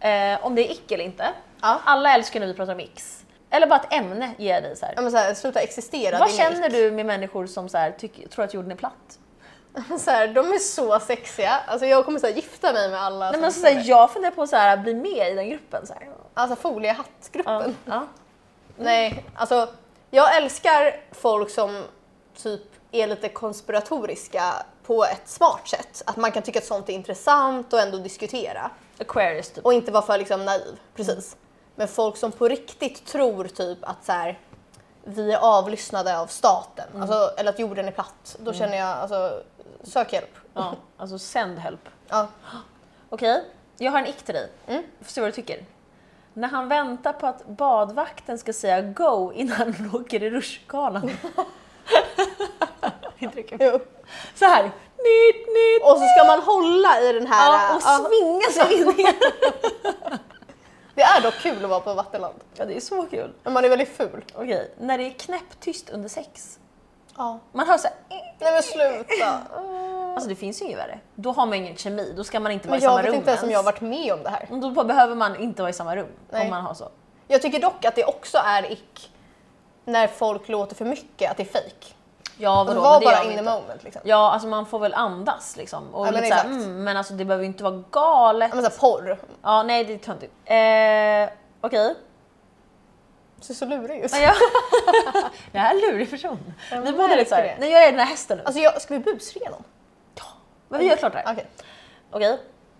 Speaker 1: Eh, om det är ick eller inte.
Speaker 2: Mm. Ja.
Speaker 1: Alla älskar när vi pratar om icks. Eller bara ett ämne ger jag dig. Så här.
Speaker 2: Ja, men så här, sluta existera.
Speaker 1: Vad
Speaker 2: din
Speaker 1: känner
Speaker 2: ick.
Speaker 1: du med människor som så här, tycker, tror att jorden är platt?
Speaker 2: <laughs> Så här, de är så sexiga. Alltså, jag kommer så här, gifta mig med alla.
Speaker 1: Nej,
Speaker 2: som
Speaker 1: men alltså, så
Speaker 2: tror
Speaker 1: här,
Speaker 2: det.
Speaker 1: jag funderar på så här, att bli med i den gruppen. Så här.
Speaker 2: Alltså foliehattgruppen.
Speaker 1: Ja, ja.
Speaker 2: Nej, alltså jag älskar folk som typ är lite konspiratoriska på ett smart sätt. Att man kan tycka att sånt är intressant och ändå diskutera.
Speaker 1: Aquarius typ.
Speaker 2: Och inte vara för liksom naiv. Precis. Men folk som på riktigt tror typ att så här, vi är avlyssnade av staten. Alltså, eller att jorden är platt. Då känner jag, alltså sök hjälp.
Speaker 1: Ja, alltså sänd help.
Speaker 2: Ja.
Speaker 1: Okej, jag har en ick till dig.
Speaker 2: Mm.
Speaker 1: Får se vad du tycker. När han väntar på att badvakten ska säga go innan han <laughs> åker i
Speaker 2: <laughs>
Speaker 1: rutschkanan. Inte det kul?
Speaker 2: Jo.
Speaker 1: så här. Nytt, nytt.
Speaker 2: Och så ska man hålla i den här...
Speaker 1: Ja, och
Speaker 2: ja.
Speaker 1: svinga sig in igen.
Speaker 2: Det är dock kul att vara på vattenland.
Speaker 1: Ja, det är så kul.
Speaker 2: Men man är väldigt ful.
Speaker 1: Okej, när det är knäpptyst under sex.
Speaker 2: Ja.
Speaker 1: Man hör så här. eh.
Speaker 2: Nej men sluta.
Speaker 1: Alltså det finns ju inget värre. Då har man ingen kemi, då ska man inte vara
Speaker 2: Men
Speaker 1: i samma
Speaker 2: jag
Speaker 1: rum
Speaker 2: vet inte ens om jag har
Speaker 1: ens.
Speaker 2: varit med om det här.
Speaker 1: Då bara behöver man inte vara i samma rum om
Speaker 2: Nej.
Speaker 1: man har så.
Speaker 2: Jag tycker dock att det också är ick när folk låter för mycket, att det är fejk.
Speaker 1: Ja,
Speaker 2: Alltså
Speaker 1: vadå, men
Speaker 2: var
Speaker 1: det
Speaker 2: bara
Speaker 1: gör vi
Speaker 2: in the
Speaker 1: inte.
Speaker 2: moment liksom. Ja.
Speaker 1: Ja, alltså man får väl andas liksom. Och
Speaker 2: Ja, men
Speaker 1: lite såhär,
Speaker 2: exakt.
Speaker 1: mm, men alltså det behöver ju inte vara galet.
Speaker 2: Men så här, porr.
Speaker 1: Ja, nej det är töntigt. Eh, Okej.
Speaker 2: Du ser så lurig ut. <laughs>
Speaker 1: Ja. det här är en lurig person. Vi
Speaker 2: men
Speaker 1: båda är lite såhär,
Speaker 2: märker det.
Speaker 1: nej jag är den här hästen nu.
Speaker 2: Alltså jag, ska vi busringa någon?
Speaker 1: men vi gör klart det här.
Speaker 2: Okej.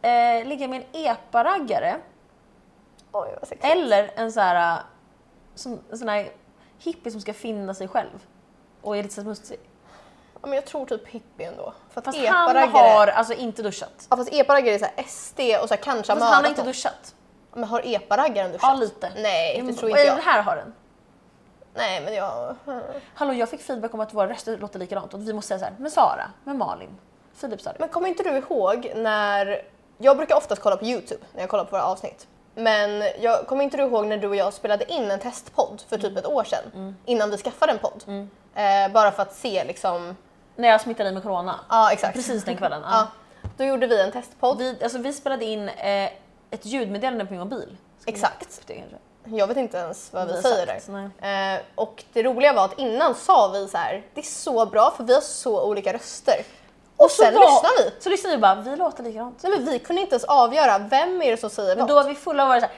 Speaker 1: Okej. Eh, ligga med en epa-raggare
Speaker 2: Oj vad sexigt.
Speaker 1: eller en sån här, eh, som, en sån här hippie som ska finna sig själv och är lite så här smutsig.
Speaker 2: Ja, men jag tror typ hippie ändå. För att
Speaker 1: Fast han
Speaker 2: epa-raggare...
Speaker 1: har alltså inte duschat.
Speaker 2: Ja fast epa-raggare är så här SD och så här, kanske
Speaker 1: Fast han har
Speaker 2: mördat
Speaker 1: inte
Speaker 2: någon.
Speaker 1: duschat.
Speaker 2: Men har epa-raggaren duschat?
Speaker 1: Ja, lite.
Speaker 2: Nej, det
Speaker 1: Mm,
Speaker 2: tror
Speaker 1: och
Speaker 2: inte jag.
Speaker 1: Den här har den.
Speaker 2: Nej men jag...
Speaker 1: Hallå, jag fick feedback om att våra röster låter likadant och att vi måste säga så här, men Sara, men Malin, Filip sa det.
Speaker 2: Men kommer inte du ihåg när... Jag brukar oftast kolla på Youtube när jag kollar på våra avsnitt. Men jag kommer inte du ihåg när du och jag spelade in en testpodd för typ ett år sedan?
Speaker 1: Mm.
Speaker 2: Innan vi skaffade en podd. Eh, bara för att se liksom...
Speaker 1: När jag smittade dig med corona.
Speaker 2: Ja, exakt.
Speaker 1: Precis den kvällen.
Speaker 2: Ja.
Speaker 1: Ja.
Speaker 2: Då gjorde vi en testpodd.
Speaker 1: Vi, alltså, vi spelade in eh, ett ljudmeddelande på min mobil. Ska vi
Speaker 2: Exakt.
Speaker 1: ta upp Det, kanske?
Speaker 2: Jag vet inte ens vad vi,
Speaker 1: Vi har
Speaker 2: säger
Speaker 1: sagt,
Speaker 2: där. Eh, och det roliga var att innan sa vi så här, det är så bra för vi har så olika röster. Och, sen
Speaker 1: var-
Speaker 2: lyssnar vi.
Speaker 1: Så lyssnade vi bara, vi låter likadant.
Speaker 2: Nej, men vi kunde inte ens avgöra vem är det som säger
Speaker 1: Men
Speaker 2: vad.
Speaker 1: då var vi fulla och var såhär...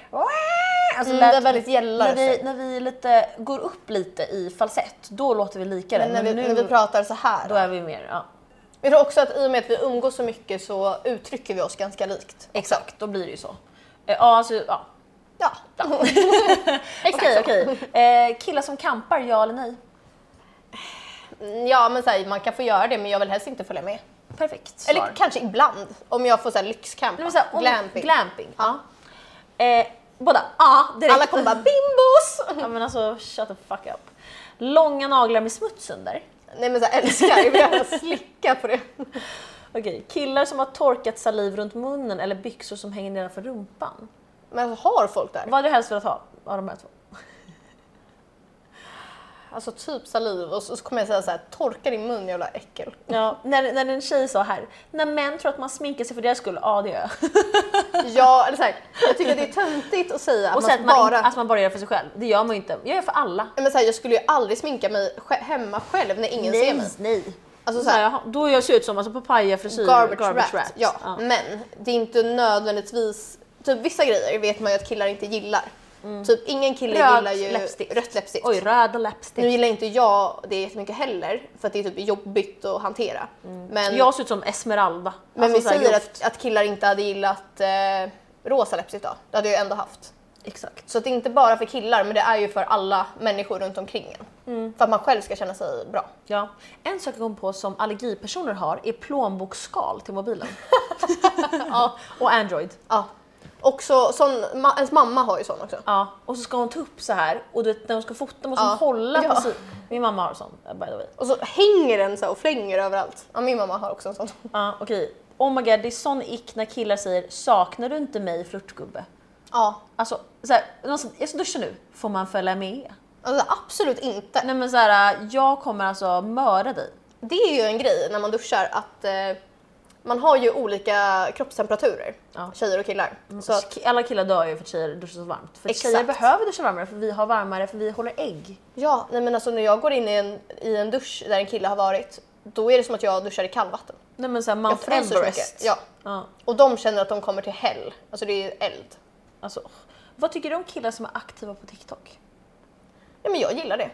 Speaker 1: Alltså,
Speaker 2: Mm,
Speaker 1: lät-
Speaker 2: det är väldigt gälla
Speaker 1: när vi,
Speaker 2: röster.
Speaker 1: när vi lite, går upp lite i falsett, då låter vi likare.
Speaker 2: Men när, vi, när vi pratar så här.
Speaker 1: då är vi mer... Ja.
Speaker 2: Jag tror också att i och med att vi umgås så mycket så uttrycker vi oss ganska likt.
Speaker 1: Exakt, då blir det ju så. Eh, Ja, alltså, ja.
Speaker 2: Ja. Exakt
Speaker 1: Okej,
Speaker 2: så.
Speaker 1: okej. Eh, killar som kampar, ja eller nej?
Speaker 2: Mm, <laughs> Ja, men så här, man kan få göra det men jag vill helst inte följa med.
Speaker 1: Perfekt svar.
Speaker 2: Eller kanske ibland, om jag får så här lyxcampa.
Speaker 1: Nej, men så här, om,
Speaker 2: Glamping.
Speaker 1: glamping. glamping.
Speaker 2: Ja.
Speaker 1: Eh, båda, ja direkt.
Speaker 2: Alla kommer bara bimbos!
Speaker 1: <laughs> Ja men alltså shut the fuck up. Långa naglar med smuts under.
Speaker 2: Nej men så här, älskar, jag vill gärna slicka på det.
Speaker 1: Okej, killar som har torkat saliv runt munnen eller byxor som hänger nedanför rumpan.
Speaker 2: Men alltså, har folk där?
Speaker 1: Vad hade du helst velat ha av de här två?
Speaker 2: Alltså typ saliv och så, så kommer jag säga så här, torka din mun jävla äckel.
Speaker 1: Ja, när, när en tjej sa här, när män tror att man sminkar sig för deras skull, ja det gör jag.
Speaker 2: Ja, eller så här, jag tycker det är töntigt att säga att
Speaker 1: Och
Speaker 2: man
Speaker 1: sen
Speaker 2: ska
Speaker 1: att man,
Speaker 2: bara...
Speaker 1: bara... Att man bara gör för sig själv, det gör man ju inte. Jag gör för alla.
Speaker 2: Nej, Men så här, jag skulle ju aldrig sminka mig sj- hemma själv när ingen ser mig.
Speaker 1: nej.
Speaker 2: Alltså
Speaker 1: Alltså, så
Speaker 2: så här-
Speaker 1: jaha, då jag ser ut som alltså, papaya-frisyr,
Speaker 2: Garbage, wrapped. Ja.
Speaker 1: Ja.
Speaker 2: Men det är inte nödvändigtvis... Typ vissa grejer vet man ju att killar inte gillar. Typ ingen kille
Speaker 1: Mm. Röd
Speaker 2: gillar ju
Speaker 1: läppstift.
Speaker 2: rött läppstift.
Speaker 1: Oj, röda
Speaker 2: Nu
Speaker 1: läppstift.
Speaker 2: gillar inte jag det jättemycket heller för att det är typ jobbigt att hantera. Men,
Speaker 1: Mm. Jag ser ut som Esmeralda.
Speaker 2: Mm. men
Speaker 1: Alltså, så här,
Speaker 2: vi säger
Speaker 1: grovt.
Speaker 2: att, att killar inte hade gillat eh, rosa läppstift då. Det hade jag ju ändå haft.
Speaker 1: Exakt.
Speaker 2: Så att det är inte bara för killar men det är ju för alla människor runt omkring en.
Speaker 1: Mm.
Speaker 2: För att man själv ska känna sig bra.
Speaker 1: Ja. En sak jag kom på som allergipersoner har är plånboksskal till
Speaker 2: <laughs>
Speaker 1: mobilen. ja. Och Android.
Speaker 2: Ja. Också sån, ma- ens mamma har ju sån också.
Speaker 1: Ja. Och så ska hon ta upp så här och du vet, när hon ska fota måste
Speaker 2: Ja.
Speaker 1: hon hålla
Speaker 2: Ja.
Speaker 1: på sin... Min mamma har sån eh, by the way.
Speaker 2: Och så hänger den så här och flänger överallt. Ja, min mamma har också en sån.
Speaker 1: Ja, okej. Oh my god, det är sån ick när killar säger “saknar du inte mig flörtgubbe?”
Speaker 2: Ja.
Speaker 1: Alltså, så här, någon som- jag ska duscha nu, får man följa med?
Speaker 2: Alltså absolut inte.
Speaker 1: Nej men så här, jag kommer alltså mörda dig.
Speaker 2: Det är ju en grej när man duschar att eh, man har ju olika kroppstemperaturer,
Speaker 1: Ja. Mm.
Speaker 2: tjejer och killar. Så att,
Speaker 1: Alltså, Ki- Alla killar dör ju för att tjejer duschar så varmt. För
Speaker 2: Exakt.
Speaker 1: tjejer behöver duscha varmare för vi har varmare för vi håller ägg.
Speaker 2: ja, nej men alltså när jag går in i en, i en dusch där en kille har varit, då är det som att jag duschar i kallvatten.
Speaker 1: Nej men såhär
Speaker 2: Jag
Speaker 1: Mount
Speaker 2: fryser så
Speaker 1: Everest.
Speaker 2: mycket. Ja.
Speaker 1: Ja,
Speaker 2: Och de känner att de kommer till hell, alltså det är ju eld.
Speaker 1: alltså. Vad tycker du om killar som är aktiva på TikTok?
Speaker 2: Ja, men jag gillar det.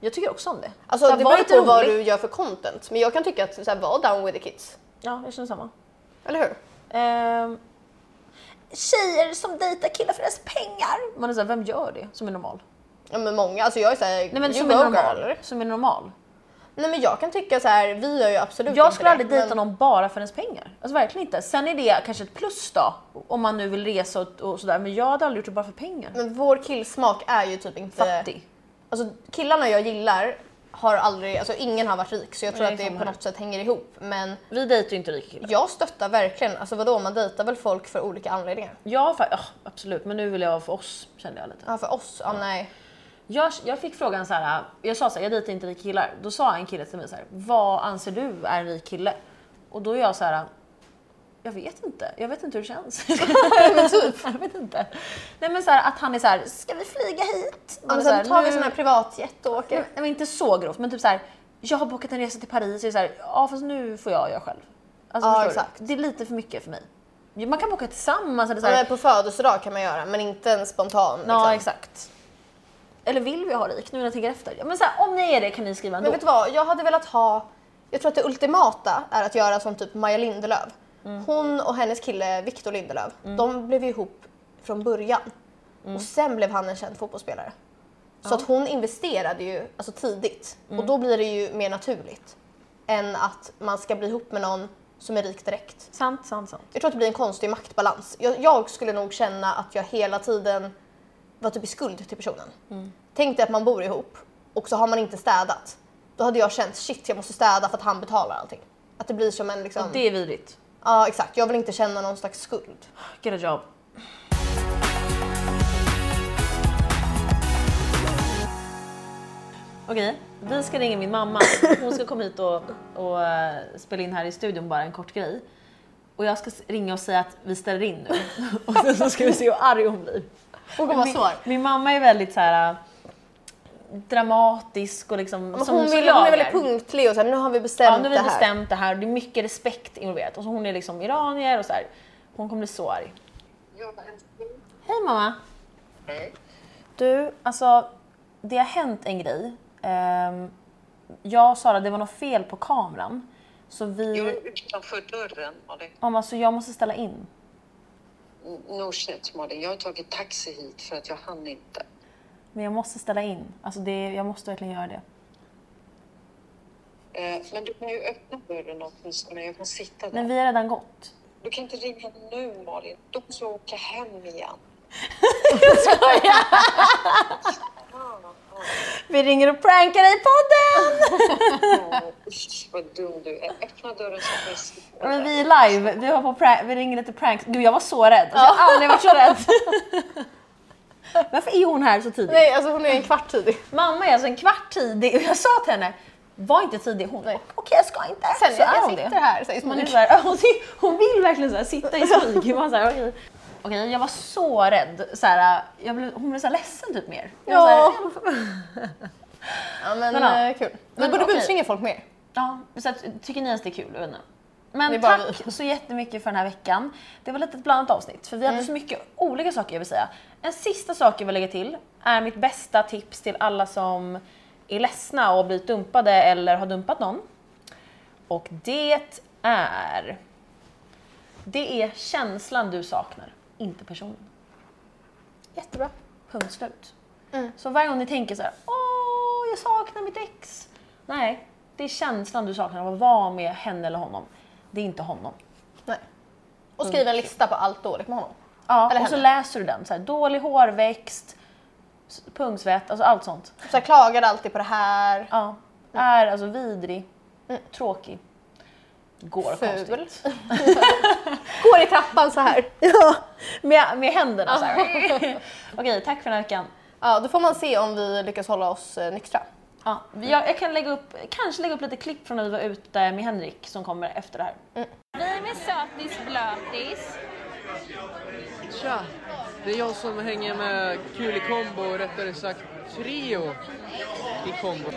Speaker 1: Jag tycker också om det.
Speaker 2: Alltså
Speaker 1: Så här,
Speaker 2: det
Speaker 1: var
Speaker 2: beror
Speaker 1: lite
Speaker 2: på vad
Speaker 1: rolig.
Speaker 2: du gör för content, men jag kan tycka att så här, var down with the kids.
Speaker 1: Ja, jag känner samma.
Speaker 2: Eller hur?
Speaker 1: Ehm, tjejer som dejtar killar för deras pengar. Man är såhär, vem gör det som är normal?
Speaker 2: Ja men många, alltså jag är såhär,
Speaker 1: Nej men
Speaker 2: you
Speaker 1: som
Speaker 2: go
Speaker 1: är
Speaker 2: girl.
Speaker 1: normal. Som är normal.
Speaker 2: Nej men jag kan tycka så här, vi gör ju absolut
Speaker 1: Jag
Speaker 2: inte
Speaker 1: skulle
Speaker 2: det,
Speaker 1: aldrig dejta
Speaker 2: men-
Speaker 1: någon bara för ens pengar. Alltså verkligen inte. Sen är det kanske ett plus då, om man nu vill resa och, och sådär. Men jag hade aldrig gjort det bara för pengar.
Speaker 2: Men vår killsmak är ju typ inte...
Speaker 1: Fattig.
Speaker 2: Alltså killarna jag gillar har aldrig, alltså ingen har varit rik så jag tror
Speaker 1: Nej,
Speaker 2: att det
Speaker 1: samma
Speaker 2: på
Speaker 1: här.
Speaker 2: något sätt hänger ihop. Men
Speaker 1: Vi dejtar ju inte rika killar.
Speaker 2: jag stöttar verkligen, alltså vadå man dejtar väl folk för olika anledningar?
Speaker 1: Ja, fa- ja, absolut. Men nu vill jag ha för oss, kände jag lite.
Speaker 2: Ja för oss, ja nej.
Speaker 1: Jag, jag fick frågan så här. jag sa så här, jag dejtar inte rika killar. Då sa en kille till mig så här, vad anser du är en rik kille? Och då är jag så här, jag vet inte. Jag vet inte hur det känns. <laughs> men typ. Jag vet inte. Nej men så här, att han är så här, ska vi flyga hit? Man
Speaker 2: Men
Speaker 1: är så
Speaker 2: sen
Speaker 1: här,
Speaker 2: Alltså, tar vi
Speaker 1: "Nu-
Speaker 2: sån här privatjet och åker.
Speaker 1: Nej men inte så grovt, men typ så här, jag har bokat en resa till Paris, så är det så här, ja fast nu får jag göra själv. Alltså,
Speaker 2: Ja,
Speaker 1: förstår du?
Speaker 2: exakt.
Speaker 1: Det är lite för mycket för mig. Man kan boka tillsammans eller så
Speaker 2: Ja,
Speaker 1: här.
Speaker 2: men på födelsedag kan man göra men inte en spontan.
Speaker 1: Ja,
Speaker 2: liksom.
Speaker 1: exakt. Eller vill vi ha rik nu när jag tänker efter? Ja, Men så här, om ni är det kan ni skriva ändå.
Speaker 2: Men vet du vad, jag hade velat ha, jag tror att det ultimata är att göra som typ Maja Lindelöf. Hon och hennes kille Victor Lindelöf, de blev ju ihop från början. Och sen blev han en känd fotbollsspelare. Så att hon investerade ju alltså tidigt och då blir det ju mer naturligt än att man ska bli ihop med någon som är rik direkt.
Speaker 1: Sant, sant, sant.
Speaker 2: Jag tror att det blir en konstig maktbalans. Jag, jag skulle nog känna att jag hela tiden var typ i skuld till personen.
Speaker 1: Mm.
Speaker 2: Tänk dig att man bor ihop och så har man inte städat. Då hade jag känt shit, jag måste städa för att han betalar allting. Att det blir som en liksom...
Speaker 1: Det är vidrigt.
Speaker 2: Ja, exakt. Jag vill inte känna någon slags skuld.
Speaker 1: Get a job. Okej, vi ska ringa min mamma. Hon ska komma hit och, och eh, spela in här i studion bara en kort grej. och jag ska s- ringa och säga att vi ställer in nu. <laughs> och sen så ska vi se hur arg hon blir.
Speaker 2: Hon kommer vara
Speaker 1: min,
Speaker 2: svår.
Speaker 1: min mamma är väldigt så här äh, dramatisk och liksom...
Speaker 2: Men Hon, vill, hon är väldigt punktlig och så här, nu har vi bestämt
Speaker 1: Ja, nu har
Speaker 2: det
Speaker 1: vi
Speaker 2: här.
Speaker 1: bestämt det här och det är mycket respekt involverat. Och så hon är liksom iranier och så här. Hon kommer bli så arg. Hej mamma! Du, alltså det har hänt en grej. Ehm, jag och Sara, det var något fel på kameran. Så
Speaker 6: Jag
Speaker 1: vi...
Speaker 6: är utanför dörren, Malin.
Speaker 1: Mamma, så jag måste ställa in.
Speaker 6: Mm, No shit, Malin. Jag har tagit taxi hit för att jag hann inte.
Speaker 1: Men jag måste ställa in. Alltså det, jag måste verkligen göra det.
Speaker 6: Eh, Men du kan ju öppna dörren åtminstone. Jag kan sitta där.
Speaker 1: Men vi har redan
Speaker 2: <laughs>
Speaker 1: gått.
Speaker 6: Du kan inte ringa nu, Malin. Då måste jag åka hem igen.
Speaker 1: Ah. Vi ringer och prankar dig i podden!
Speaker 6: Åh, usch, vad dum du är. Öppna dörren så får jag sitta
Speaker 1: Men
Speaker 6: där.
Speaker 1: vi är live, vi, har på prank, vi ringer lite pranks. Gud jag var så rädd, alltså, jag har aldrig varit så rädd.
Speaker 2: <laughs>
Speaker 1: Varför är hon här så tidigt?
Speaker 2: Nej, alltså hon är en
Speaker 1: <laughs>
Speaker 2: kvart tidig.
Speaker 1: Mamma är alltså en kvart tidig och jag sa till henne, var inte tidig. Hon
Speaker 2: Nej.
Speaker 1: okej jag ska inte.
Speaker 2: Sen,
Speaker 1: så
Speaker 2: jag,
Speaker 1: är
Speaker 2: jag
Speaker 1: hon
Speaker 2: sitter
Speaker 1: det.
Speaker 2: här så här,
Speaker 1: Hon, är
Speaker 2: man
Speaker 1: så här, <laughs> hon, sit- hon vill verkligen så här, sitta i
Speaker 2: <laughs>
Speaker 1: smyg. Man så här, Okej, Okej, jag var så rädd. Så här, jag blev, hon blev så här ledsen typ mer. Jag var
Speaker 2: Ja. <laughs>
Speaker 1: Så här,
Speaker 2: Ja, men,
Speaker 1: Men ja.
Speaker 2: eh, kul. Vi
Speaker 1: Men
Speaker 2: borde
Speaker 1: okej.
Speaker 2: busringa folk mer.
Speaker 1: Ja, så att, tycker ni ens det är kul? Jag vet inte.
Speaker 2: Det är
Speaker 1: Men
Speaker 2: bara
Speaker 1: tack så jättemycket för den här veckan. Det var lite ett blandat avsnitt för vi
Speaker 2: Mm.
Speaker 1: hade så mycket olika saker jag vill säga. En sista sak jag vill lägga till är mitt bästa tips till alla som är ledsna och har blivit dumpade eller har dumpat någon. Och det är... Det är känslan du saknar, inte personen.
Speaker 2: Jättebra.
Speaker 1: Punkt slut.
Speaker 2: Mm.
Speaker 1: Så varje gång ni tänker så här, åh, jag saknar mitt ex. Nej, det är känslan du saknar av att vara med henne eller honom. Det är inte honom.
Speaker 2: Nej. Och skriv en lista på allt dåligt med honom.
Speaker 1: Ja,
Speaker 2: Eller
Speaker 1: och så
Speaker 2: henne.
Speaker 1: läser du den. Så här, dålig hårväxt, s- pungsvett, alltså allt sånt.
Speaker 2: Så jag klagade alltid på det här.
Speaker 1: Ja.
Speaker 2: Mm.
Speaker 1: Är alltså vidrig, tråkig, går
Speaker 2: Ful.
Speaker 1: konstigt.
Speaker 2: <laughs> Går i trappan så <laughs> här.
Speaker 1: Ja, med, med händerna så här. <laughs> Okej, tack för den här veckan.
Speaker 2: Ja, då får man se om vi lyckas hålla oss eh, nyktra.
Speaker 1: Ja, vi- jag, jag kan lägga upp, kanske lägga upp lite klipp från när vi var ute med Henrik som kommer efter det här.
Speaker 2: Mm.
Speaker 7: Tja! Det är jag som hänger med Kul i kombo, och rättare sagt Trio i kombo.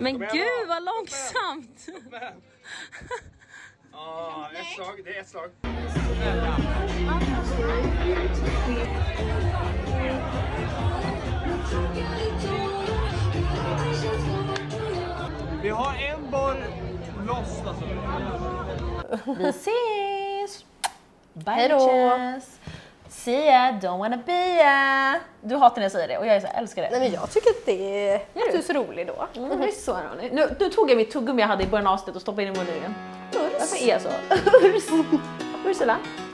Speaker 1: Men gud vad långsamt!
Speaker 8: Vi har en boll loss alltså.
Speaker 1: Vi ses! Bye
Speaker 2: Hej då.
Speaker 1: bitches! See ya, don't wanna be ya! Du hatar när jag säger det och jag är så här, älskar det.
Speaker 2: Nej men jag tycker att det är...
Speaker 1: Gör
Speaker 2: Att
Speaker 1: du?
Speaker 2: du är så rolig då.
Speaker 1: Mm, det är så roligt. Nu, nu tog jag mitt <laughs> tuggummi jag hade i början av avsnittet och stoppade in i munnen igen. Varför är jag så? Urs. Ursula?